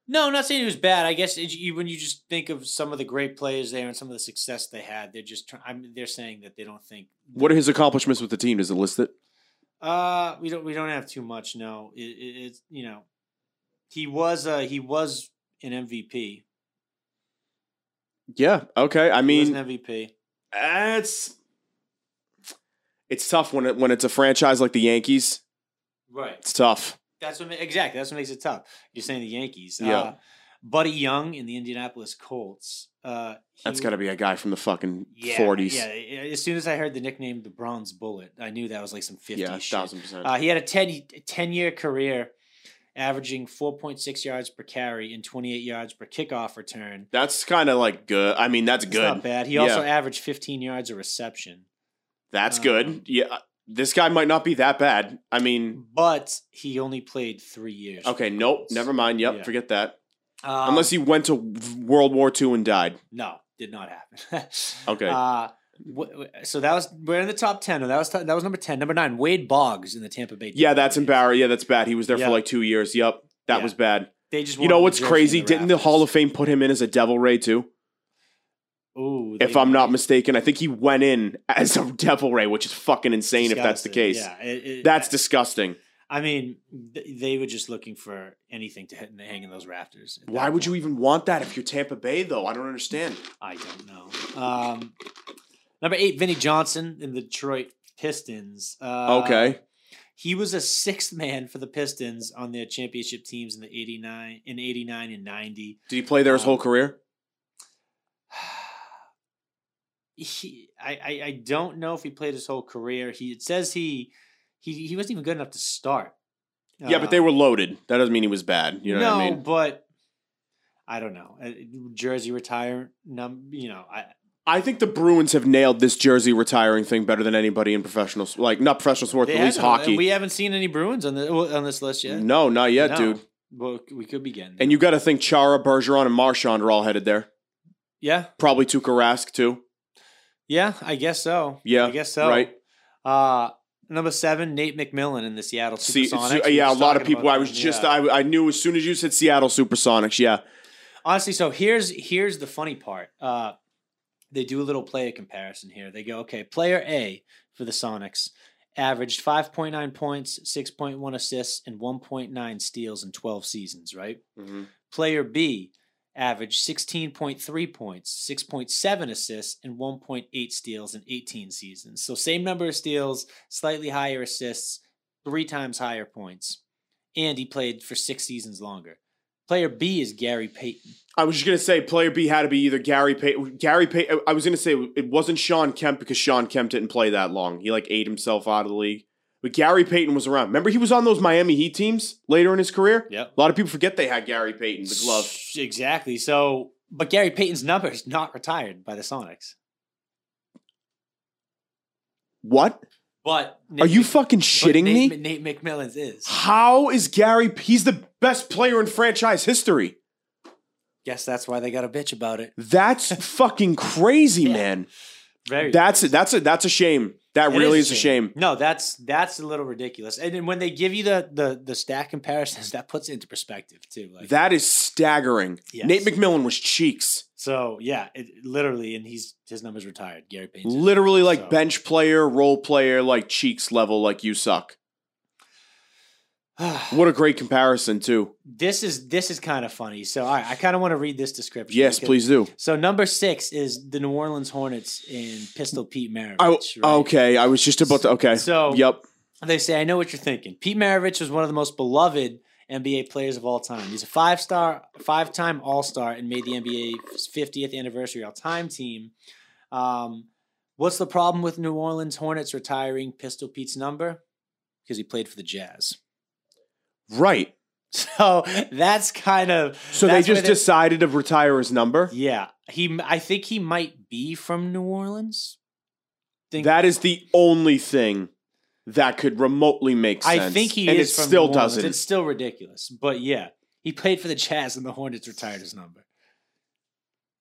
B: no, I'm not saying it was bad. I guess it, you, when you just think of some of the great players there and some of the success they had, they're just trying. I'm, they're saying that they don't think
A: What are his accomplishments with the team? Does it list it?
B: Uh, we don't we don't have too much. No, it, it, it's you know, he was uh he was an MVP.
A: Yeah. Okay. I
B: he
A: mean,
B: was an MVP.
A: it's it's tough when it when it's a franchise like the Yankees.
B: Right.
A: It's tough.
B: That's what ma- exactly. That's what makes it tough. You're saying the Yankees.
A: Yeah.
B: Uh, Buddy Young in the Indianapolis Colts. Uh, he
A: That's
B: w-
A: got to be a guy from the fucking
B: yeah,
A: forties.
B: Yeah. As soon as I heard the nickname the Bronze Bullet, I knew that was like some 50s
A: yeah,
B: shit.
A: thousand percent.
B: Uh, he had a 10, 10 year career, averaging four point six yards per carry and twenty eight yards per kickoff return.
A: that's kind of like good. I mean, that's
B: It's not
A: good.
B: bad. He
A: Yeah.
B: also averaged 15 yards of reception,
A: That's
B: Um,
A: good. Yeah, uh, this guy might not be that bad. I mean,
B: but he only played three years.
A: okay, nope, never mind. Yep,
B: Yeah.
A: forget that.
B: Um,
A: Unless he went to World War II and died.
B: no, did not happen.
A: Okay.
B: Uh, wh- wh- so that was we're in the top 10. That was that was number 10. Number nine, Wade Boggs in the Tampa Bay.
A: yeah, that's
B: Buccaneers.
A: embarrassing. Yeah, that's bad. He was there
B: Yeah.
A: for like two years. Yep, that
B: Yeah.
A: was bad.
B: They just
A: You know
B: wanted
A: what's
B: Jersey
A: crazy? Didn't the Hall of Fame put him in as a Devil Ray too?
B: Raptors. Ooh,
A: if
B: they-
A: I'm not mistaken. I think he went in as a Devil Ray, which is fucking insane if that's the
B: disgusting.
A: case.
B: Yeah, it- it-
A: That's disgusting.
B: I mean, th- they were just looking for anything to hit- hang in those rafters. at
A: Why
B: that
A: would
B: point.
A: you even want that if you're Tampa Bay, though? I don't understand.
B: I don't know. Um, number eight, Vinny Johnson in the Detroit Pistons. Uh,
A: okay.
B: He was a sixth man for the Pistons on their championship teams in the 89 in 89 and 90.
A: Did he play there his
B: um,
A: whole career?
B: He, I, I, I don't know if he played his whole career. He it says he he he wasn't even good enough to start. Uh,
A: yeah, but they were loaded. That doesn't mean he was bad. You know
B: no,
A: what I mean?
B: but I don't know. Uh, Jersey retire num you know, I
A: I think the Bruins have nailed this jersey retiring thing better than anybody in professional, s- like not professional sports,
B: they
A: but at least
B: haven't, uh,
A: hockey.
B: We haven't seen any Bruins on the on this list yet.
A: No, not yet,
B: No.
A: dude.
B: Well, we could be getting.
A: And you got to think Chara, Bergeron, and Marchand are all headed there.
B: yeah,
A: Probably Tuukka Rask too.
B: yeah, I guess so.
A: Yeah,
B: I guess so.
A: right.
B: Uh, number seven, Nate McMillan in the Seattle
A: See,
B: Supersonics.
A: so-
B: We
A: yeah, a
B: were
A: lot of
B: talking
A: people.
B: about
A: I was
B: them,
A: just,
B: yeah.
A: I, I knew as soon as you said Seattle Supersonics. Yeah,
B: honestly. So here's here's the funny part. Uh, they do a little player comparison here. They go, okay, player A for the Sonics averaged 5.9 points, 6.1 assists, and 1.9 steals in 12 seasons, right? Player B averaged 16.3 points, 6.7 assists, and 1.8 steals in 18 seasons. So, same number of steals, slightly higher assists, three times higher points. And he played for six seasons longer. Player B is Gary Payton.
A: I was just gonna say player B had to be either Gary Payton. Gary Payton. I was gonna say it wasn't Sean Kemp because Sean Kemp didn't play that long. He like ate himself out of the league. But Gary Payton was around. Remember, he was on those Miami Heat teams later in his career.
B: Yep.
A: A lot of people forget they had Gary Payton, the glove.
B: Exactly. So, but Gary Payton's number is not retired by the Sonics.
A: What?
B: But
A: Are you fucking shitting me?
B: Nate McMillan's is.
A: How is Gary? He's the best player in franchise history.
B: Guess that's why they got a bitch about it.
A: That's fucking crazy,
B: Yeah.
A: man.
B: Very.
A: That's that's a that's a shame. That
B: It
A: really is a shame.
B: No, that's that's a little ridiculous. And then when they give you the the the stack comparisons, that puts it into perspective too. Like
A: That is staggering.
B: Yes.
A: Nate McMillan was cheeks.
B: so, yeah, it, literally, and he's his number's retired. Gary Payton.
A: Literally like
B: So-
A: bench player, role player, like cheeks level, like you suck. What a great comparison, too.
B: this is this is kind of funny. So, all right, I kind of want to read this description.
A: Yes,
B: because-
A: please do.
B: So, number six is the New Orleans Hornets in Pistol Pete Maravich.
A: I,
B: right?
A: Okay, I was just about to. Okay.
B: So-
A: yep.
B: They say, I know what you're thinking. Pete Maravich was one of the most beloved NBA players of all time. He's a five star, five time All Star, and made the NBA's 50th anniversary All Time team. Um, what's the problem with New Orleans Hornets retiring Pistol Pete's number? Because he played for the Jazz.
A: Right.
B: So that's kind of
A: So
B: that's
A: they
B: where
A: just decided to retire his number.
B: yeah. He, I think he might be from New Orleans. Think-
A: That is the only thing that could remotely make sense.
B: I think he
A: and
B: is
A: it
B: from New
A: still
B: Orleans.
A: doesn't.
B: It's still ridiculous, but yeah, he played for the Jazz, and the Hornets retired his number.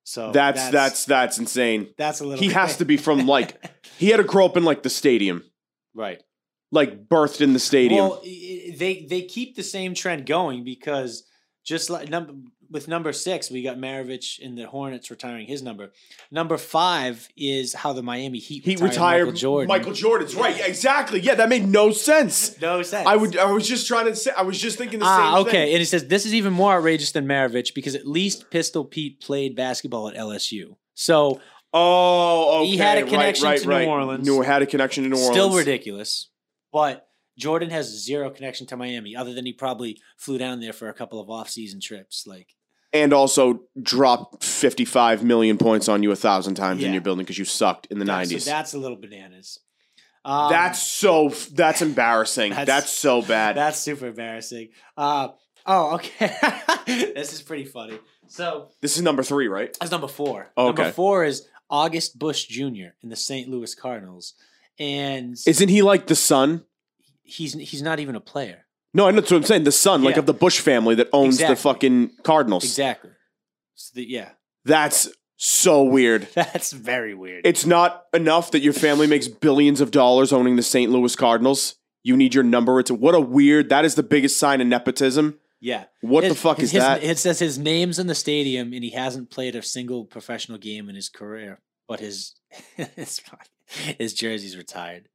B: So
A: that's, that's that's insane.
B: that's a little.
A: He has to be from like he had to grow up in like the stadium,
B: right.
A: like birthed in the stadium.
B: Well, i- i- they they keep the same trend going because just like number with number six, we got Maravich and the Hornets retiring his number. Number five is how the Miami Heat
A: he
B: retired,
A: retired
B: Michael Jordan.
A: Michael Jordan's right, yeah, exactly. Yeah, that made no sense.
B: no sense.
A: I would. I was just trying to say. I was just thinking the
B: Ah,
A: same
B: okay.
A: thing.
B: And he says this is even more outrageous than Maravich because at least Pistol Pete played basketball at LSU. So
A: Oh, okay.
B: He had a
A: right,
B: connection
A: right,
B: to New
A: right.
B: Orleans.
A: New, had a connection to New Orleans.
B: still ridiculous. But Jordan has zero connection to Miami other than he probably flew down there for a couple of off-season trips. Like
A: and also dropped 55 million points on you a thousand times in
B: Yeah.
A: your building because you sucked in the
B: that-
A: 90s.
B: So that's a little bananas. Um,
A: that's so f- that's embarrassing.
B: That's-
A: That's, so bad.
B: that's super embarrassing. Uh, oh, okay. this is pretty funny. So
A: this is number 3, right?
B: That's number four. Number
A: Okay.
B: four is August Bush Jr. in the St. Louis Cardinals, and
A: Isn't he like the son?
B: he's he's not even a player.
A: No, I know that's what I'm saying. The son like
B: Yeah.
A: of the Bush family that owns
B: Exactly.
A: the fucking Cardinals.
B: Exactly. So the- yeah,
A: That's so weird.
B: that's very weird.
A: It's not enough that your family makes billions of dollars owning the St. Louis Cardinals. You need your number. It's what a weird. That is the biggest sign of nepotism.
B: yeah.
A: What the
B: His-
A: fuck
B: his-
A: is that?
B: It says his name's in the stadium, and he hasn't played a single professional game in his career. But his his, his jersey's retired.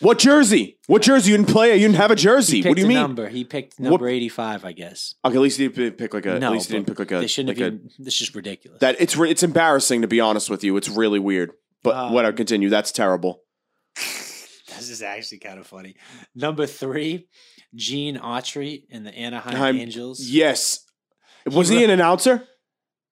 A: What jersey? What jersey? You didn't play. You didn't have a jersey.
B: He
A: What do
B: picked
A: you
B: a
A: mean?
B: Number he picked
A: What-
B: number eighty five, I guess.
A: Okay, at least he didn't pick like a.
B: No,
A: at least he didn't
B: but
A: pick like a.
B: they shouldn't
A: like
B: have been. This is just ridiculous.
A: a- that it's re- it's embarrassing to be honest with you. It's really weird. But
B: Uh,
A: what I continue. That's terrible.
B: this is actually kind of funny. Number three, Gene Autry in the Anaheim
A: I'm-
B: Angels.
A: Yes. Was
B: wrote-
A: he an announcer?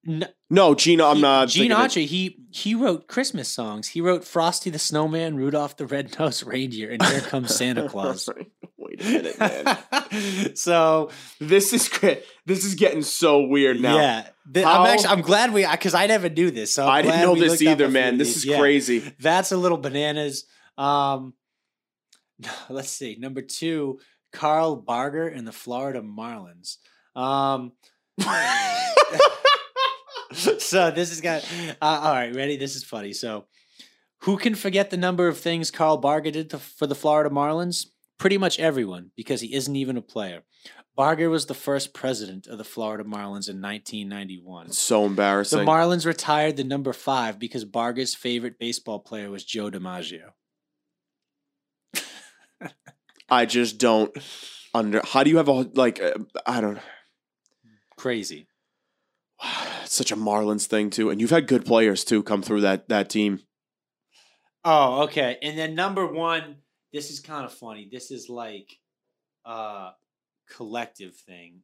B: No,
A: No, Gene. I'm
B: he-
A: not.
B: Gene
A: thinking of-
B: Autry. He he wrote Christmas songs. He wrote Frosty the Snowman, Rudolph the Red-Nosed Reindeer, and Here Comes Santa Claus.
A: Wait a minute, man.
B: so
A: this is cra- this is getting so weird now.
B: yeah, Th-
A: How-
B: I'm actually I'm glad we because I never knew this. So I'm
A: I didn't
B: glad
A: know
B: we
A: this
B: looked up a
A: either,
B: few
A: man.
B: of
A: This
B: these.
A: is
B: Yeah.
A: crazy.
B: That's a little bananas. Um, let's see. Number two, Carl Barger and the Florida Marlins. Um, so this is got. Uh, all right, ready? This is funny. So, who can forget the number of things Carl Barger did to, for the Florida Marlins? Pretty much everyone, because he isn't even a player. Barger was the first president of the Florida Marlins in 1991.
A: It's so
B: The
A: embarrassing.
B: Marlins retired the number five because Barger's favorite baseball player was Joe DiMaggio.
A: I just don't under. How do you have a like? Uh, I don't.
B: Crazy.
A: It's such a Marlins thing too, and you've had good players too come through that that team.
B: Oh, okay. And then number one, this is kind of funny. This is like a collective thing.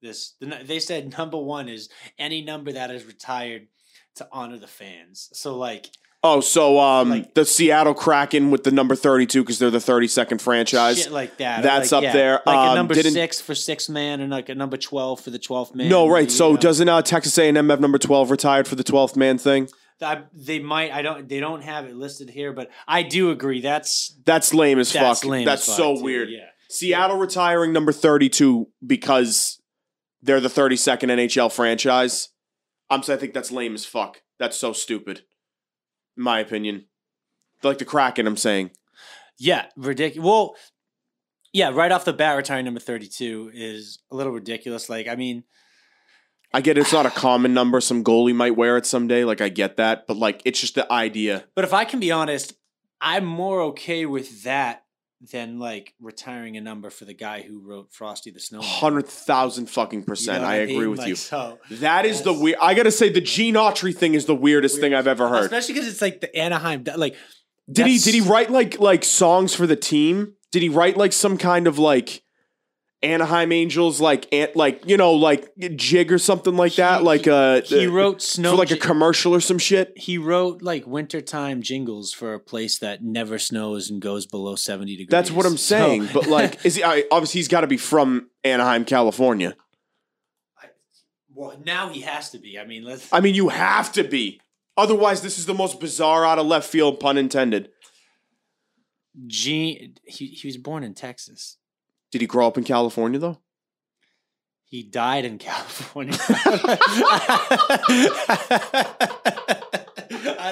B: This the nu- they said number one is any number that is retired to honor the fans. So like
A: Oh, so um,
B: Like-
A: the Seattle Kraken with the number thirty-two because they're the thirty-second franchise.
B: shit like that. or
A: that's
B: like,
A: up there.
B: Like a
A: Um,
B: number
A: didn't-
B: six for six man, and like a number twelve for the twelfth man.
A: no,
B: and
A: right.
B: the,
A: So
B: you know.
A: doesn't uh, Texas A&M have number twelve retired for the twelfth man thing?
B: I, they might I don't they don't have it listed here, but I do agree that's
A: That's lame as
B: that's
A: fuck.
B: lame.
A: that's
B: as fuck,
A: so
B: too,
A: weird.
B: Yeah.
A: Seattle retiring number 32 because they're the 32nd NHL franchise. I'm saying I think that's lame as fuck. That's so stupid, in my opinion. Like the Kraken, I'm saying.
B: Yeah, ridiculous. Well, yeah, right off the bat, retiring number 32 is a little ridiculous. Like, I mean,
A: I get it's not a common number. Some goalie might wear it someday. Like I get that, but like it's just the idea.
B: but if I can be honest, I'm more okay with that than like retiring a number for the guy who wrote Frosty the Snowman.
A: Hundred thousand fucking
B: You know
A: percent.
B: what
A: I, agree
B: mean?
A: with
B: Like,
A: you.
B: So,
A: That is the
B: Yes.
A: weird. I gotta say the Gene Autry thing is the weirdest thing I've ever heard.
B: especially because it's like the Anaheim, like,
A: Did he
B: That's-
A: did he write like like songs for the team? Did he write like some kind of like Anaheim Angels like ant like you know like jig or something like that?
B: He-
A: like uh,
B: he
A: uh,
B: wrote snow.
A: for like a
B: Ji-
A: commercial or some shit.
B: he wrote like wintertime jingles for a place that never snows and goes below seventy degrees.
A: That's what I'm
B: So-
A: saying. But like, is he? I, obviously, he's got to be from Anaheim, California.
B: well, now he has to be. I mean, let's.
A: I mean, you have to be. Otherwise, this is the most bizarre out of left field, pun intended.
B: Gene, he he was born in Texas.
A: Did he grow up in California though?
B: He died in California. I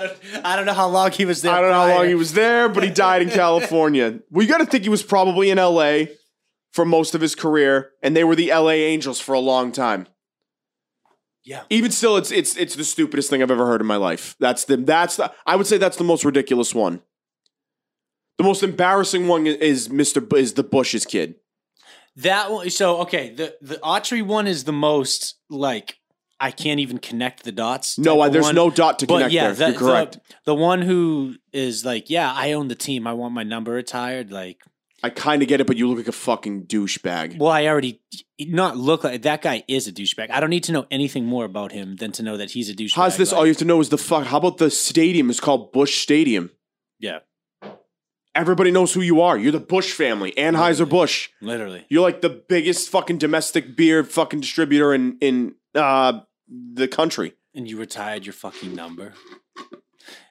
B: don't. I don't know how long he was there.
A: I don't know how long
B: prior.
A: he was there, but he died in California. We got to think he was probably in LA for most of his career, and they were the LA Angels for a long time.
B: Yeah.
A: Even still, it's it's it's the stupidest thing I've ever heard in my life. That's the that's the I would say that's the most ridiculous one. The most embarrassing one is Mr. B- is the Bush's kid.
B: That one. So okay, the the Autry one is the most like I can't even connect the dots.
A: No,
B: type
A: I,
B: of
A: there's
B: one.
A: no dot to
B: But
A: connect
B: yeah,
A: there.
B: the,
A: You're correct.
B: the the one who is like, yeah, I own the team. I want my number retired. Like,
A: I kind of get it, but you look like a fucking douchebag.
B: well, I already not look like that guy is a douchebag. I don't need to know anything more about him than to know that he's a douchebag.
A: How's this?
B: Like,
A: All you have to know is the fuck. How about the stadium is called Bush Stadium?
B: yeah,
A: Everybody knows who you are. You're the Bush family, Anheuser Busch.
B: literally.
A: You're like the biggest fucking domestic beer fucking distributor in in uh, the country.
B: And you retired your fucking number,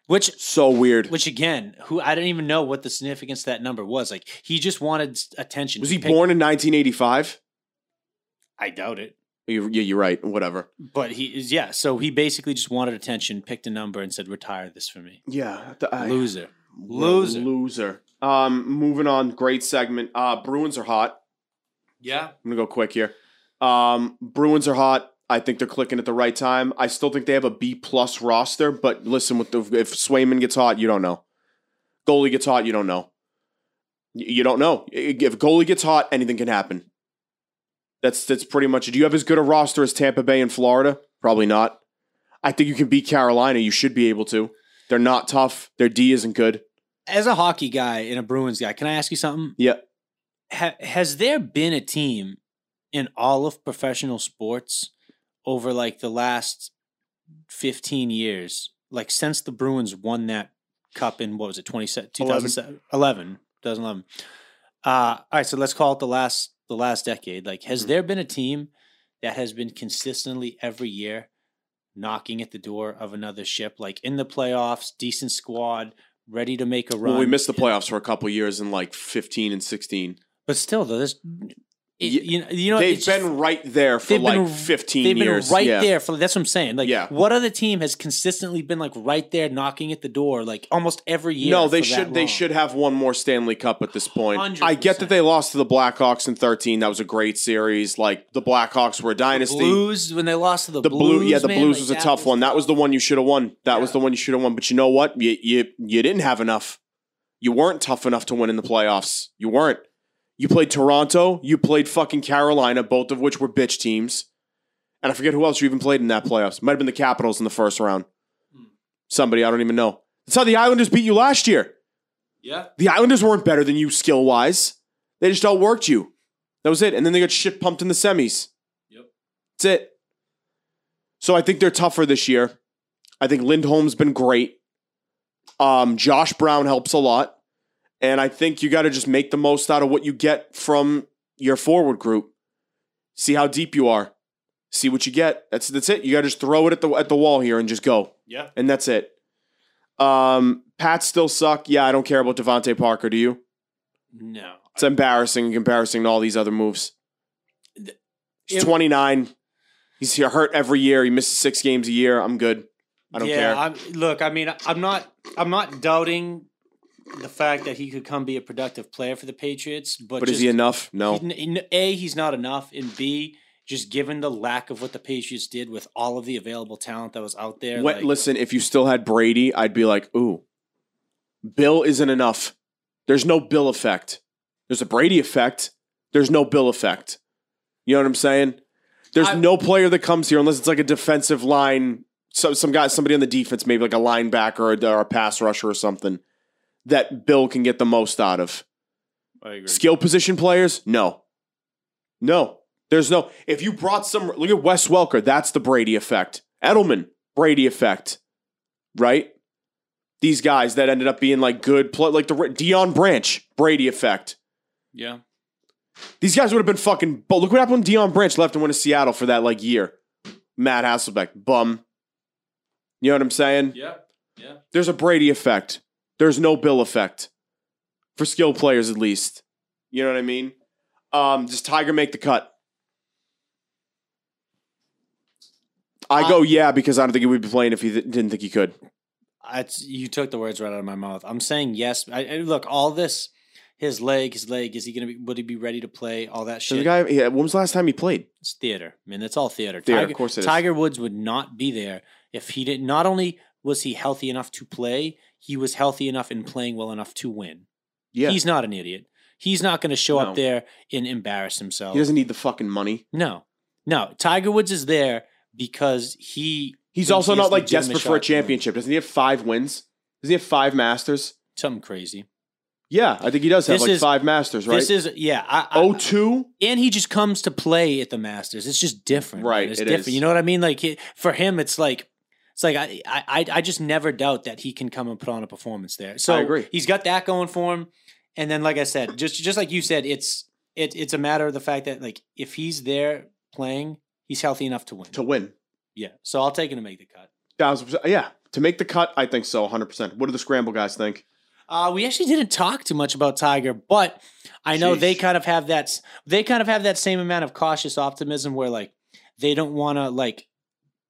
B: which
A: So weird.
B: which again, who I didn't even know what the significance of that number was. Like, he just wanted attention.
A: Was he
B: picked-
A: born in 1985?
B: I doubt it.
A: You, yeah, you're right. Whatever.
B: But he is yeah. So he basically just wanted attention, picked a number, and said, "Retire this for me,
A: Yeah, the- I-
B: loser."
A: what a
B: Loser.
A: loser. Um, moving on. Great segment. Uh, Bruins are hot.
B: Yeah,
A: I'm gonna go quick here. Um, Bruins are hot. I think they're clicking at the right time. I still think they have a B plus roster, but listen, with the if Swayman gets hot, you don't know. Goalie gets hot, you don't know. Y- You don't know if goalie gets hot, anything can happen. That's that's pretty much it. Do you have as good a roster as Tampa Bay and Florida? Probably not. I think you can beat Carolina. You should be able to. They're not tough. Their D isn't good.
B: as a hockey guy and a Bruins guy, can I ask you something?
A: Yeah.
B: Ha- has there been a team in all of professional sports over like the last 15 years, like since the Bruins won that cup in what was it, 27, 2007, 11, 2011? Uh, all right, so let's call it the last the last decade. Like, has
A: Mhm.
B: there been a team that has been consistently every year knocking at the door of another ship, like in the playoffs, decent squad, ready to make a run?
A: Well, we missed the playoffs for a couple years in like 15 and 16.
B: But still, though, there's it,
A: Ye-
B: you know, you know
A: they've
B: it's just-
A: been right there for
B: they've
A: like
B: been-
A: 15
B: they've been
A: years.
B: right
A: yeah.
B: there for that's what I'm saying. Like,
A: Yeah.
B: what other team has consistently been like right there, knocking at the door, like almost every year?
A: no, they
B: for that
A: should they
B: long?
A: should have one more Stanley Cup at this point. I get
B: 100%.
A: that they lost to the Blackhawks in 13. That was a great series. Like the Blackhawks were a dynasty.
B: Blues when they lost to the,
A: the
B: Blues.
A: blue, yeah, the
B: man,
A: Blues
B: like,
A: was a tough one. That was the one you should have won. That was
B: Yeah.
A: the one you should have won. But you know what? You you you didn't have enough. You weren't tough enough to win in the playoffs. You weren't. You played Toronto. You played fucking Carolina, both of which were bitch teams. And I forget who else you even played in that playoffs. Might have been the Capitals in the first round. Hmm. Somebody I don't even know. That's how the Islanders beat you last year.
B: Yeah,
A: The Islanders weren't better than you skill wise. They just outworked you. That was it. And then they got shit pumped in the semis.
B: Yep.
A: That's it. So I think they're tougher this year. I think Lindholm's been great. Um, Josh Brown helps a lot. And I think you got to just make the most out of what you get from your forward group. See how deep you are. See what you get. That's that's it. You got to just throw it at the at the wall here and just go
B: yeah.
A: and that's it. Um, Pats still suck. Yeah, I don't care about Devontae Parker. Do you?
B: No,
A: It's embarrassing in comparison to all these other moves. He's
B: It-
A: 29. He's here hurt every year. He misses six games a year. I'm good. I don't
B: yeah,
A: care.
B: I'm, look, I mean, I'm not, I'm not doubting the fact that he could come be a productive player for the Patriots, but,
A: but
B: just,
A: is he enough? No.
B: He's n- he n- A, he's not enough, and B, just given the lack of what the Patriots did with all of the available talent that was out there,
A: What,
B: like,
A: listen, if you still had Brady, I'd be like, ooh, Bill isn't enough. There's no Bill effect. There's a Brady effect. There's no Bill effect. You know what I'm saying? There's
B: I-
A: no player that comes here unless it's like a defensive line, so, some guy, somebody on the defense, maybe like a linebacker or, a- or a pass rusher or something that Bill can get the most out of.
B: I agree.
A: Skill position players? No. No. There's no. If you brought some, look at Wes Welker. That's the Brady effect. Edelman, Brady effect, right? These guys that ended up being like good, pla- like the Dion Branch, Brady effect.
B: Yeah.
A: These guys would have been fucking. But look what happened when Dion Branch left and went to Seattle for that like year. Matt Hasselbeck, bum. You know what I'm saying?
B: Yeah.
A: There's a Brady effect. There's no Bill effect for skill players, at least. You know what I mean? Um, does Tiger make the cut? I
B: Uh,
A: go yeah because I don't think he would be playing if he th- didn't think he could.
B: That's you took the words right out of my mouth. I'm saying yes. I, I- look, all this, his leg, his leg. Is he gonna be? Would he be ready to play? All that
A: So the
B: shit.
A: guy, yeah, when was the last time he played?
B: it's theater. I mean, that's all theater.
A: Theater,
B: Tiger,
A: of course it is.
B: Tiger Woods would not be there if he didn't. Not only was he healthy enough to play, he was healthy enough and playing well enough to win.
A: Yeah,
B: He's not an idiot. He's not going to show
A: No.
B: up there and embarrass himself.
A: he doesn't need the fucking money.
B: No, no. Tiger Woods is there because he
A: He's
B: He
A: also
B: has
A: not like
B: legitimate
A: desperate for a
B: shots, yeah.
A: championship. Doesn't he have five wins? Doesn't he have five Masters?
B: something crazy.
A: Yeah, I think he does have
B: This
A: like
B: is-
A: five Masters, right?
B: This is yeah. I, I,
A: Oh two.
B: and he just comes to play at the Masters. It's just different, man.
A: Right,
B: It's
A: it
B: different.
A: is.
B: You know what I mean? Like he, for him, it's like it's like I, I I- I just never doubt that he can come and put on a performance there. So
A: I agree.
B: He's got that going for him. And then, like I said, just just like you said, it's it, it's a matter of the fact that like if he's there playing, he's healthy enough to win.
A: to win.
B: yeah. So I'll take him to make the cut.
A: Thousand percent. Yeah. To make the cut, I think so, 100%. What do the Scramble guys think?
B: Uh, we actually didn't talk too much about Tiger, but I know
A: Jeez.
B: they kind of have that. They kind of have that same amount of cautious optimism, where like they don't want to like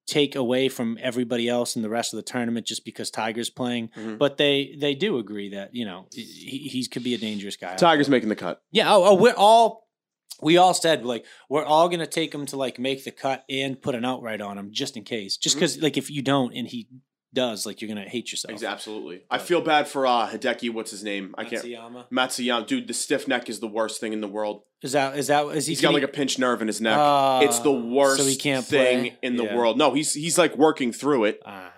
B: take away from everybody else in the rest of the tournament just because Tiger's playing.
A: Mhm.
B: But they they do agree that you know he, he could be a dangerous guy.
A: Tiger's making the cut.
B: Yeah. Oh, oh, we're all we all said like we're all gonna take him to like make the cut and put an outright on him just in case, just
A: Mhm.
B: because like if you don't and he does, like you're gonna hate yourself.
A: Absolutely. I feel bad for uh, Hideki. What's his name? I can't.
B: Matsuyama.
A: Matsuyama. Dude, the stiff neck is the worst thing in the world.
B: Is that is that is he
A: He's got
B: gonna-
A: like a pinched nerve in his neck.
B: Ah,
A: it's the worst
B: so he can't
A: thing
B: play?
A: in the
B: Yeah.
A: world. No, he's he's like working through it.
B: Ah,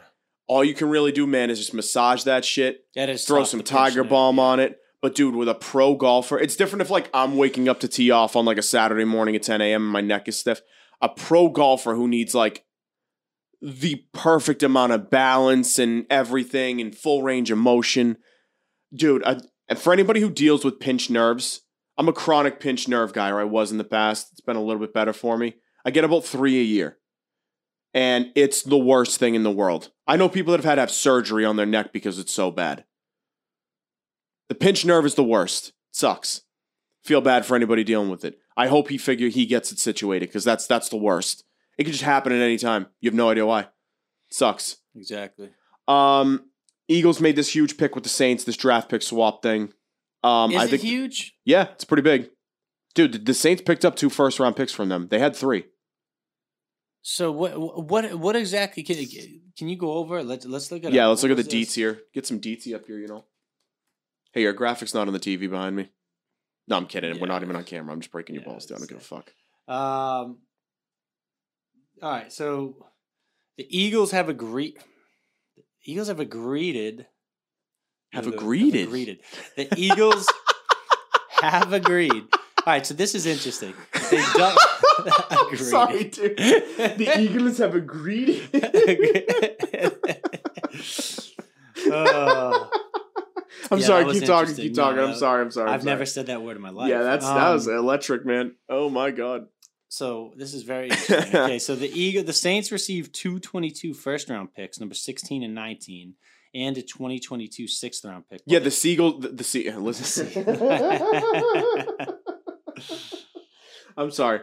A: All you can really do, man, is just massage that shit,
B: that is
A: throw
B: tough,
A: some
B: the pitch
A: tiger
B: there.
A: balm on it. But dude, with a pro golfer, it's different if like I'm waking up to tee off on like a Saturday morning at 10 a.m. and my neck is stiff. A pro golfer who needs like the perfect amount of balance and everything and full range of motion. Dude, I, and for anybody who deals with pinched nerves, I'm a chronic pinched nerve guy, or I was in the past. It's been a little bit better for me. I get about three a year. And it's the worst thing in the world. I know people that have had to have surgery on their neck because it's so bad. The pinch nerve is the worst. Sucks. Feel bad for anybody dealing with it. I hope he figure he gets it situated because that's that's the worst. It could just happen at any time. You have no idea why. Sucks.
B: Exactly.
A: Um, Eagles made this huge pick with the Saints. This draft pick swap thing. Um,
B: is
A: I
B: it
A: think
B: huge?
A: yeah, it's pretty big. Dude, the- the Saints picked up two first round picks from them. They had three.
B: So what what what exactly can, can you go over? it? Let's let's look at
A: Yeah, let's look at the deets here. Get some deets up here, you know. Hey, your graphic's not on the TV behind me. No, I'm kidding. We're not
B: Yeah.
A: even on camera. I'm just breaking your
B: Yeah,
A: balls down. I don't give a
B: that's
A: fuck.
B: Um. All right, so the Eagles have agreed. Eagles have agreed.
A: Have
B: No, the-
A: agreed.
B: Agreed. The Eagles have agreed. All right, so this is interesting. They don't agreed.
A: Sorry, dude. The Eagles have agreed.
B: Oh,
A: I'm
B: Yeah,
A: sorry.
B: that was
A: Keep talking.
B: interesting.
A: Keep talking.
B: No,
A: I'm
B: that-
A: sorry. I'm sorry. I'm
B: I've
A: sorry.
B: never said that word in my life.
A: Yeah, that's that was
B: Um,
A: electric, man. Oh my god.
B: So this is very interesting. okay. So the Eagle, the Saints received two 22 first round picks, number 16 and 19, and a 2022 sixth round pick.
A: Yeah, the seagull. The, the sea. Listen. I'm sorry.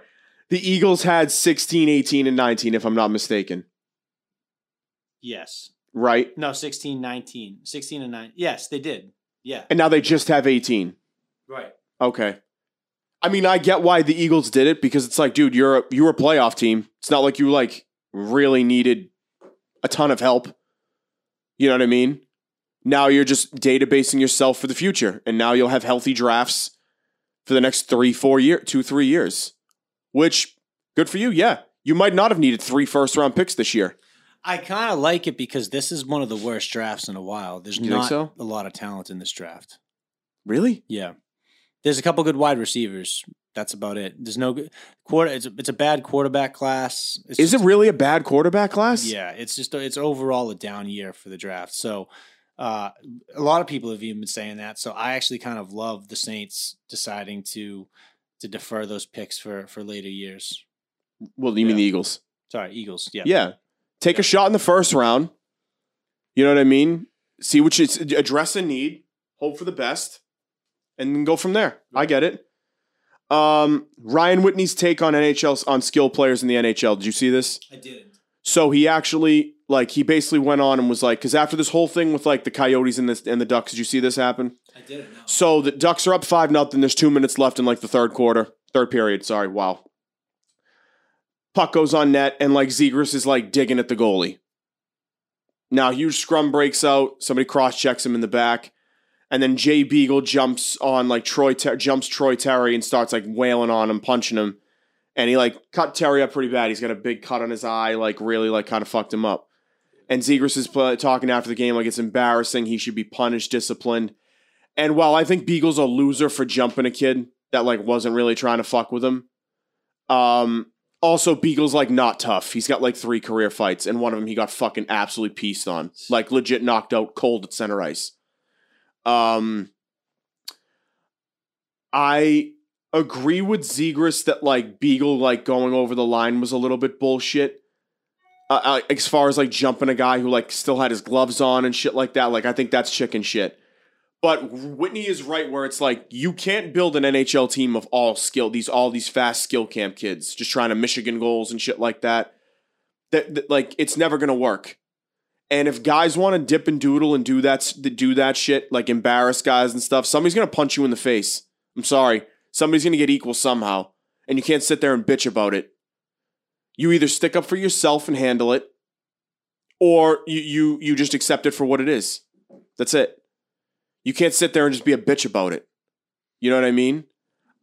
A: The Eagles had 16, 18, and 19, if I'm not mistaken.
B: yes.
A: Right.
B: No, 16, 19, 16 and 9. Yes, they did. Yeah.
A: And now they just have 18.
B: Right.
A: Okay. I mean, I get why the Eagles did it because it's like, dude, you're a, you're a playoff team. It's not like you like really needed a ton of help. You know what I mean? Now you're just databasing yourself for the future, and now you'll have healthy drafts for the next three, four year, two, three years. Which, good for you. Yeah, you might not have needed three first round picks this year.
B: I kind of like it because this is one of the worst drafts in a while. There's
A: You think
B: not
A: so?
B: a lot of talent in this draft.
A: Really?
B: Yeah. There's a couple good wide receivers. That's about it. There's no good quarter. It's a, it's a bad quarterback class. It's
A: Is it
B: just-
A: really a bad quarterback class?
B: Yeah, it's just it's overall a down year for the draft. So uh, a lot of people have even been saying that. So I actually kind of love the Saints deciding to to defer those picks for for later years.
A: Well, you mean
B: Yeah.
A: the Eagles?
B: Sorry, Eagles. Yeah,
A: Yeah. Take a shot in the first round. You know what I mean? See what you address a need, hope for the best, and then go from there. I get it. Um, Ryan Whitney's take on NHL's on skill players in the NHL. Did you see this?
B: I didn't.
A: So he actually like he basically went on and was like, because after this whole thing with like the Coyotes and this and the Ducks, did you see this happen?
B: I didn't. know.
A: So the Ducks are up five nothing. There's two minutes left in like the third quarter, third period. Sorry, wow. Puck goes on net, and like Zegers is like digging at the goalie. Now huge scrum breaks out. Somebody cross checks him in the back, and then Jay Beagle jumps on like Troy Ter- jumps Troy Terry and starts like wailing on him, punching him, and he like cut Terry up pretty bad. He's got a big cut on his eye, like really like kind of fucked him up. And Zegers is pl- talking after the game like it's embarrassing. He should be punished, disciplined. And while I think Beagle's a loser for jumping a kid that like wasn't really trying to fuck with him, um, also Beagle's like not tough. He's got like three career fights, and one of them he got fucking absolutely pieced on, like legit knocked out cold at center ice. Um, I agree with Zegris that like Beagle like going over the line was a little bit bullshit. Uh, uh, as far as like jumping a guy who like still had his gloves on and shit like that, like I think that's chicken shit. But Whitney is right where it's like you can't build an NHL team of all skill these all these fast skill camp kids just trying to Michigan goals and shit like that. That, that like it's never gonna work. And if guys want to dip and doodle and do that s- do that shit like embarrass guys and stuff, somebody's gonna punch you in the face. I'm sorry, somebody's gonna get equal somehow, and you can't sit there and bitch about it. You either stick up for yourself and handle it, or you you you just accept it for what it is. That's it. You can't sit there and just be a bitch about it. You know what I mean?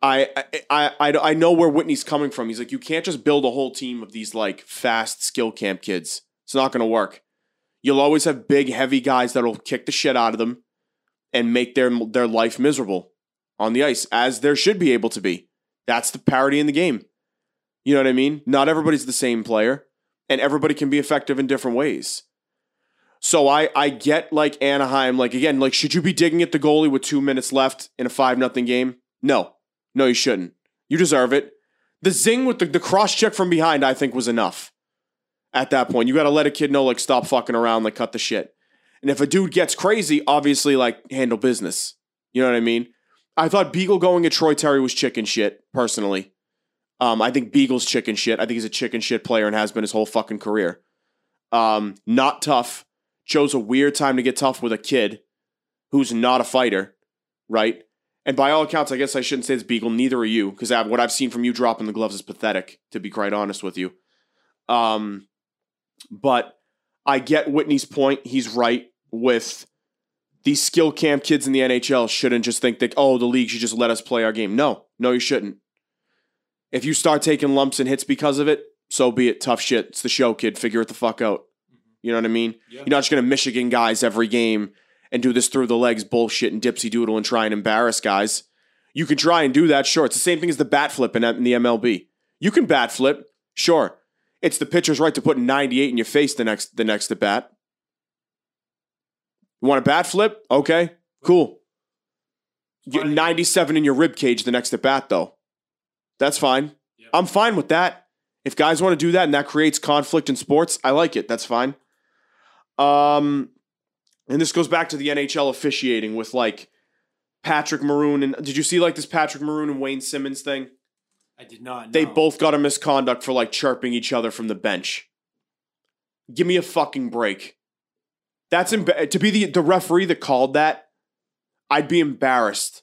A: I I- I I I know where Whitney's coming from. He's like, you can't just build a whole team of these like fast skill camp kids. It's not going to work. You'll always have big, heavy guys that'll kick the shit out of them and make their their life miserable on the ice, as there should be able to be. That's the parity in the game. You know what I mean? Not everybody's the same player, and everybody can be effective in different ways. So I I get like Anaheim, like again, like should you be digging at the goalie with two minutes left in a five nothing game? No, no, you shouldn't. You deserve it. The zing with the, the cross check from behind, I think, was enough. At that point, you got to let a kid know, like, stop fucking around, like, cut the shit. And if a dude gets crazy, obviously, like, handle business. You know what I mean? I thought Beagle going at Troy Terry was chicken shit, personally. Um, I think Beagle's chicken shit. I think he's a chicken shit player and has been his whole fucking career. Um, not tough chose a weird time to get tough with a kid who's not a fighter, right? And by all accounts, I guess I shouldn't say it's Beagle. Neither are you, because what I've seen from you dropping the gloves is pathetic. To be quite honest with you, um, but I get Whitney's point. He's right with these skill camp kids in the NHL shouldn't just think that oh the league should just let us play our game. No, no, you shouldn't. If you start taking lumps and hits because of it, so be it. Tough shit. It's the show, kid. Figure it the fuck out. You know what I mean?
B: Yeah.
A: You're not just going to Michigan guys every game and do this through the legs bullshit and dipsy doodle and try and embarrass guys. You can try and do that, sure. It's the same thing as the bat flip in, in the MLB. You can bat flip, sure. It's the pitcher's right to put 98 in your face the next the next at bat. You want a bat flip? Okay, cool. Get
B: Fine.
A: 97 in your rib cage the next at bat, though. That's fine. I'm fine with that. If guys want to do that and that creates conflict in sports, I like it. That's fine. Um, and this goes back to the NHL officiating with like Patrick Maroon and did you see like this Patrick Maroon and Wayne Simmons thing?
B: I did not.
A: They
B: know.
A: both got a misconduct for like chirping each other from the bench. Give me a fucking break. That's emb- to be the the referee that called that. I'd be embarrassed.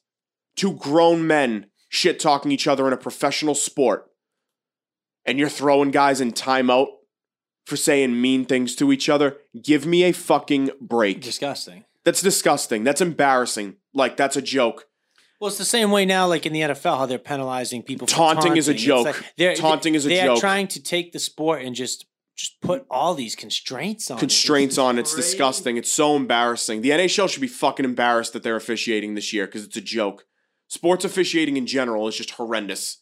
A: Two grown men shit talking each other in a professional sport, and you're throwing guys in timeout for saying mean things to each other. Give me a fucking break.
B: disgusting.
A: That's disgusting. That's embarrassing. Like that's a joke.
B: Well, it's the same way now, like in the NFL, how they're penalizing people. For
A: Taunting is a
B: It's
A: joke.
B: like they're-
A: Taunting is a
B: they
A: joke.
B: are trying to take the sport and just just put all these constraints on. it.
A: constraints on. It's
B: Oh, crazy.
A: disgusting. It's so embarrassing. The NHL should be fucking embarrassed that they're officiating this year because it's a joke. sports officiating in general is just horrendous.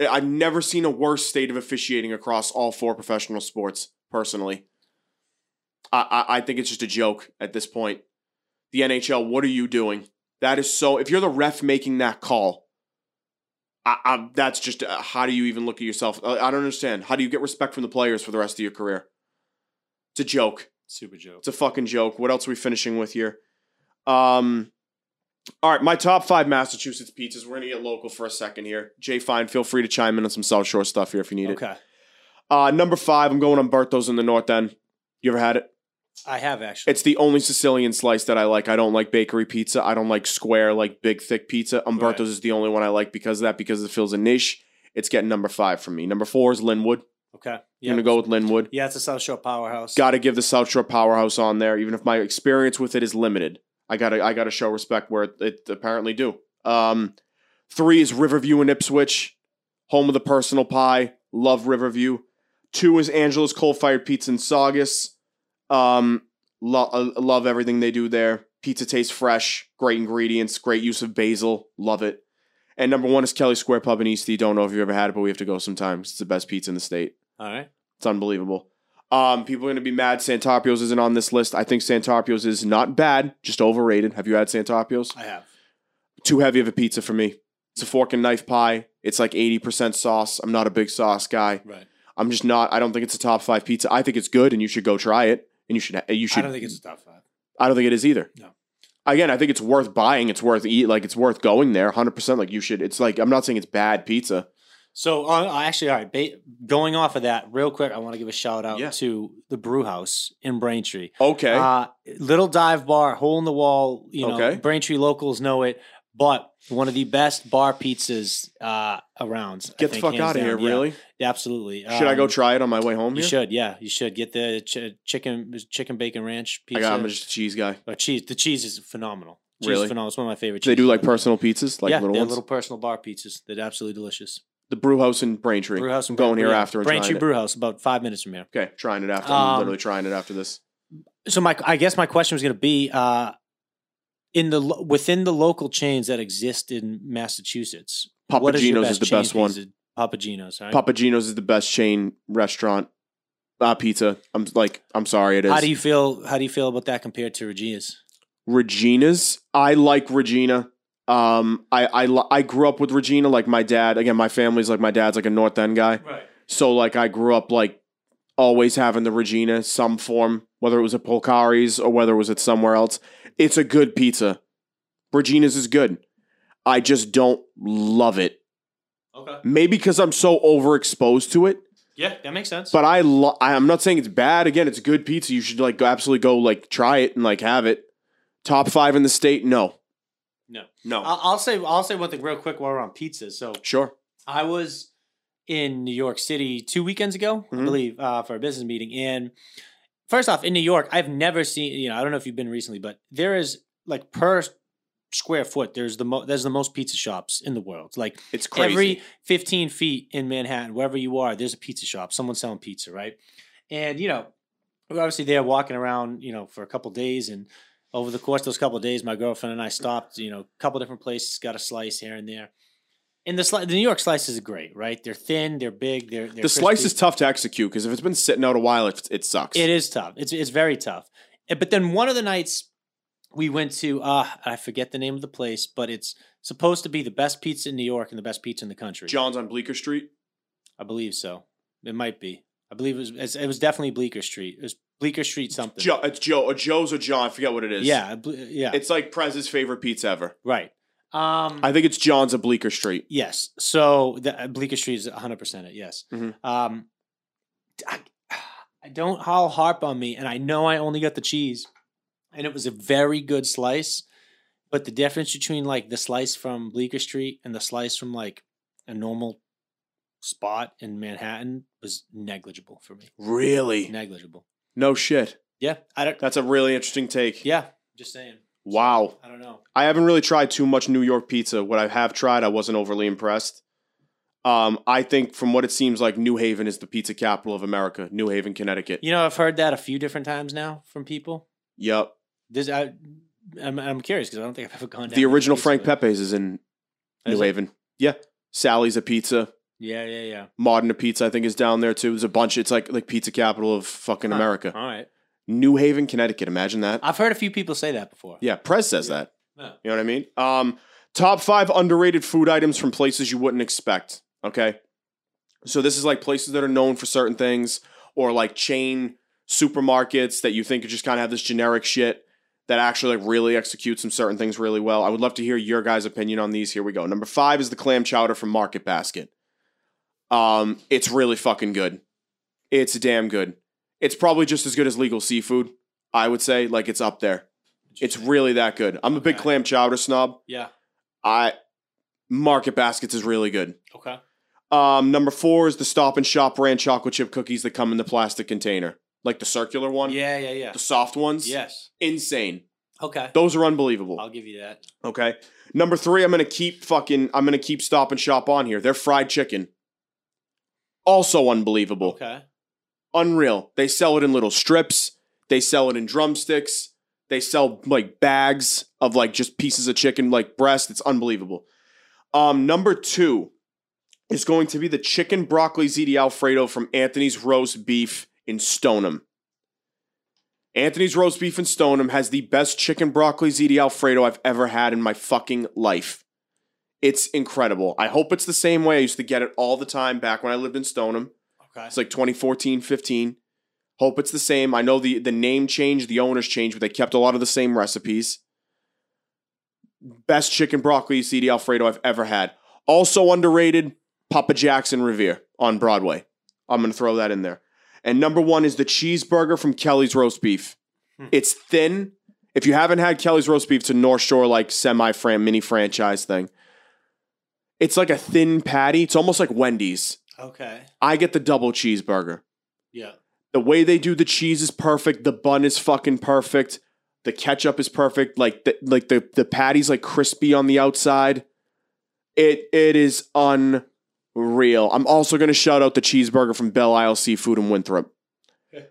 A: I- I've never seen a worse state of officiating across all four professional sports. Personally, I, I, I think it's just a joke at this point. The NHL, what are you doing? That is so. If you're the ref making that call, I, I, that's just uh, how do you even look at yourself? Uh, I don't understand. How do you get respect from the players for the rest of your career? It's a joke.
C: Super joke.
A: It's a fucking joke. What else are we finishing with here? Um, all right, my top five Massachusetts pizzas. We're gonna get local for a second here. Jay Fine, feel free to chime in on some South Shore stuff here if you need it.
B: Okay.
A: Uh, number five, I'm going Umberto's in the North End. You ever had it?
B: I have actually.
A: It's the only Sicilian slice that I like. I don't like bakery pizza. I don't like square, like big, thick pizza. Umberto's
C: Right.
A: is the only one I like because of that, because it fills a niche. It's getting number five for me. Number four is Linwood.
B: okay.
A: You're gonna go with Linwood.
B: Yeah, it's a South Shore powerhouse.
A: Got to give the South Shore Powerhouse on there, even if my experience with it is limited. I gotta I gotta show respect where it, it apparently do. Um, three is Riverview and Ipswich, home of the personal pie. Love Riverview. Two is Angela's Coal Fired Pizza in Saugus. Um, lo- uh, love everything they do there. Pizza tastes fresh, great ingredients, great use of basil. Love it. And number one is Kelly Square Pub in Eastie. Don't know if you've ever had it, but we have to go sometime. 'cause It's the best pizza in the state.
C: All right.
A: It's unbelievable. Um, people are going to be mad Santarpios isn't on this list. I think Santarpios is not bad, just overrated. Have you had Santarpios?
B: I have.
A: Too heavy of a pizza for me. It's a fork and knife pie. It's like 80% sauce. I'm not a big sauce guy.
C: Right.
A: I'm just not I don't think it's a top 5 pizza. I think it's good and you should go try it and you should you should
B: I don't think it's a top five.
A: I don't think it is either.
B: No.
A: Again, I think it's worth buying. It's worth eat like it's worth going there 100% like you should. It's like I'm not saying it's bad pizza.
B: So uh, actually, all right. Ba- going off of that, real quick, I want to give a shout out
A: Yeah.
B: to the Brew House in Braintree.
A: Okay.
B: Uh, little dive bar, hole in the wall. You know,
A: Okay.
B: Braintree locals know it, but one of the best bar pizzas uh, around. I
A: Get the
B: think,
A: fuck
B: hands
A: out of
B: down.
A: here,
B: Yeah,
A: really?
B: absolutely.
A: Should I
B: Um,
A: go try it on my way home
B: You
A: here?
B: should, yeah. You should get the ch- chicken chicken bacon ranch
A: I
B: pizza.
A: got, I'm just a cheese guy.
B: Oh, cheese. The cheese is phenomenal. Cheese
A: Really?
B: is phenomenal. It's one of my favorite.
A: Do they
B: cheeses.
A: do like personal pizzas, like
B: yeah,
A: little
B: they're
A: ones.
B: little personal bar pizzas. They're absolutely delicious.
A: the brew house in Braintree.
B: Brew house.
A: I'm going here
B: yeah.
A: after and
B: Braintree
A: trying it.
B: Brew House, about five minutes from here.
A: Okay, trying it after. I'm
B: Um,
A: literally trying it after this.
B: So my, I guess my question was going to be, uh, in the lo- within the local chains that exist in Massachusetts, what your
A: Papagino's is, the
B: chain
A: best one.
B: pizza? Papagino's. All right?
A: Papagino's is the best chain restaurant uh, pizza. I'm like, I'm sorry, it is.
B: how do you feel? How do you feel about that compared to Regina's?
A: Regina's. I like Regina. Um, I I li- I grew up with Regina, like my dad. Again, my family's like my dad's like a North End guy.
C: Right.
A: So like I grew up like always having the Regina some form, whether it was at Polcari's or whether it was at somewhere else. It's a good pizza. Regina's is good. I just don't love it.
C: Okay.
A: Maybe because I'm so overexposed to it.
C: Yeah, that makes sense.
A: But I, lo- I- I'm not saying it's bad. Again, it's good pizza. You should like go, absolutely go like try it and like have it. Top five in the state? No.
B: No.
A: No.
B: I'll, I'll say I'll say one thing real quick while we're on pizza. So
A: sure.
B: I was in New York City two weekends ago, I
A: Mhm.
B: believe, uh, for a business meeting. And first off, in New York, I've never seen. You know, I don't know if you've been recently, but there is like per square foot, there's the mo- there's the most pizza shops in the world. Like
A: It's crazy.
B: every 15 feet in Manhattan, wherever you are, there's a pizza shop, someone selling pizza, right? And, you know, we we're obviously there walking around, you know, for a couple days. And over the course of those couple days, my girlfriend and I stopped, you know, a couple different places, got a slice here and there. And the, sli- the New York slices are great, right? They're thin, they're big, they're, they're
A: the slice
B: crispy.
A: is tough to execute because if it's been sitting out a while, it, it sucks.
B: It is tough. It's it's very tough. Eh, But then one of the nights we went to uh I forget the name of the place, but it's supposed to be the best pizza in New York and the best pizza in the country.
A: John's on Bleecker Street.
B: I believe so. It might be. I believe it was. it's- It was definitely Bleecker Street. It was Bleecker Street something.
A: Joe, it's Joe, or Joe's or John. I forget what it is.
B: Yeah, I ble- yeah.
A: It's like Prez's favorite pizza ever.
B: right. Um.
A: I think it's John's at Bleecker Street.
B: yes. So the uh, Bleecker Street is 100 percent it. Yes.
A: Mhm.
B: Um. I, I don't howl harp on me, and I know I only got the cheese, and it was a very good slice, but the difference between like the slice from Bleecker Street and the slice from like a normal spot in Manhattan was negligible for me.
A: Really?
B: Negligible.
A: No shit.
B: Yeah. I don't.
A: That's a really interesting take.
B: Yeah, just saying.
A: Wow.
B: I don't know.
A: I haven't really tried too much New York pizza. What I have tried, I wasn't overly impressed. Um, I think from what it seems like, New Haven is the pizza capital of America. New Haven, Connecticut.
B: You know, I've heard that a few different times now from people.
A: Yep.
B: This I, I'm, I'm curious because I don't think I've ever gone. Down
A: The
B: that
A: original
B: piece of
A: Frank
B: it.
A: Pepe's is in New
B: Is it?
A: Haven. Yeah. Sally's a pizza.
B: Yeah, yeah, yeah.
A: Modern a pizza, I think, is down there too. There's a bunch. It's like like pizza capital of fucking
B: Huh.
A: America.
B: All right.
A: New Haven, Connecticut. Imagine that.
B: I've heard a few people say that before.
A: Yeah, Prez says that.
C: Yeah.
A: You know what I mean? Um, top five underrated food items from places you wouldn't expect. Okay. So this is like places that are known for certain things or like chain supermarkets that you think just kind of have this generic shit that actually like really execute some certain things really well. I would love to hear your guys' opinion on these. Here we go. Number five is the clam chowder from Market Basket. Um, it's really fucking good. It's damn good. It's probably just as good as legal seafood. I would say like it's up there. It's really that good. I'm a big
C: Okay.
A: clam chowder snob.
C: Yeah.
A: I Market Baskets is really good.
C: Okay.
A: Um, number four is the Stop and Shop brand chocolate chip cookies that come in the plastic container, like the circular one,
C: Yeah, yeah, yeah.
A: the soft ones.
C: Yes.
A: insane.
C: Okay.
A: Those are unbelievable.
C: I'll give you that.
A: Okay. Number three, I'm gonna keep fucking. I'm gonna keep Stop and Shop on here. They're fried chicken. Also unbelievable.
C: Okay.
A: Unreal. They sell it in little strips. They sell it in drumsticks. They sell like bags of like just pieces of chicken, like breast. It's unbelievable. Um, number two is going to be the chicken broccoli ziti alfredo from Anthony's Roast Beef in Stoneham. Anthony's Roast Beef in Stoneham has the best chicken broccoli ziti alfredo I've ever had in my fucking life. It's incredible. I hope it's the same way. I used to get it all the time back when I lived in Stoneham.
C: Okay.
A: It's like 2014, 15. Hope it's the same. I know the the name changed, the owners changed, but they kept a lot of the same recipes. Best chicken broccoli CD Alfredo I've ever had. Also underrated, Papa Jackson Revere on Broadway. I'm gonna throw that in there. And number one is the cheeseburger from Kelly's Roast Beef.
C: Hmm.
A: It's thin. If you haven't had Kelly's Roast Beef, it's a North Shore like semi fran mini franchise thing. It's like a thin patty. It's almost like Wendy's.
C: okay.
A: I get the double cheeseburger.
C: Yeah.
A: The way they do the cheese is perfect. The bun is fucking perfect. The ketchup is perfect. Like the like the the patty's like crispy on the outside. It it is unreal. I'm also gonna shout out the cheeseburger from Belle Isle Seafood in Winthrop.
C: Okay.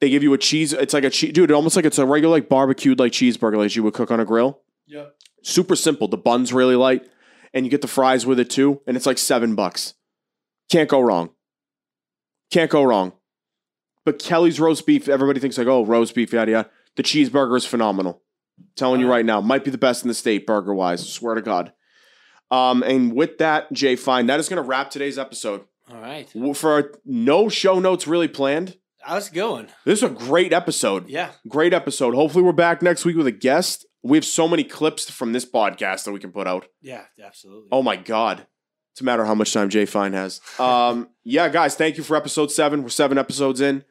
A: They give you a cheese. It's like a cheese, dude. Almost like it's a regular like barbecued like cheeseburger like you would cook on a grill.
C: Yeah.
A: Super simple. The bun's really light, and you get the fries with it too. And it's like seven bucks. Can't go wrong. Can't go wrong. But Kelly's roast beef, everybody thinks like, oh, roast beef, yada yada. The cheeseburger is phenomenal. Telling you right now, might be the best in the state burger wise. Swear to God. Um, and with that, Jay Fine, that is going to wrap today's episode.
B: All right.
A: W- For our- no show notes really planned,
B: How's it going?
A: this is a great episode.
B: Yeah.
A: Great episode. Hopefully, we're back next week with a guest. We have so many clips from this podcast that we can put out.
B: Yeah. Absolutely.
A: Oh my god. It's a matter how much time Jay Fine has. Um, yeah, guys, thank you for episode seven. We're seven episodes in.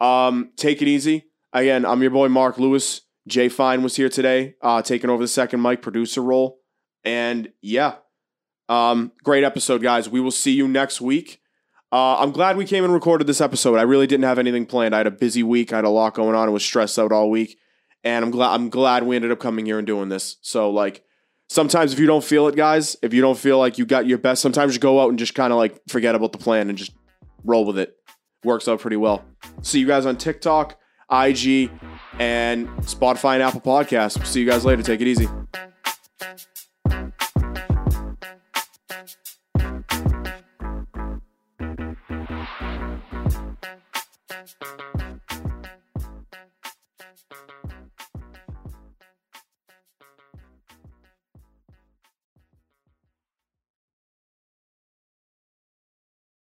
A: Um, take it easy. Again, I'm your boy Mark Lewis. Jay Fine was here today, uh, taking over the second mic producer role. And yeah, um, great episode, guys. We will see you next week. Uh, I'm glad we came and recorded this episode. I really didn't have anything planned. I had a busy week. I had a lot going on. I was stressed out all week, and I'm glad. I'm glad we ended up coming here and doing this. So like, sometimes if you don't feel it, guys, if you don't feel like you got your best, sometimes you go out and just kind of like forget about the plan and just roll with it. Works out pretty well. See you guys on TikTok, IG, and Spotify and Apple Podcasts. See you guys later. Take it easy.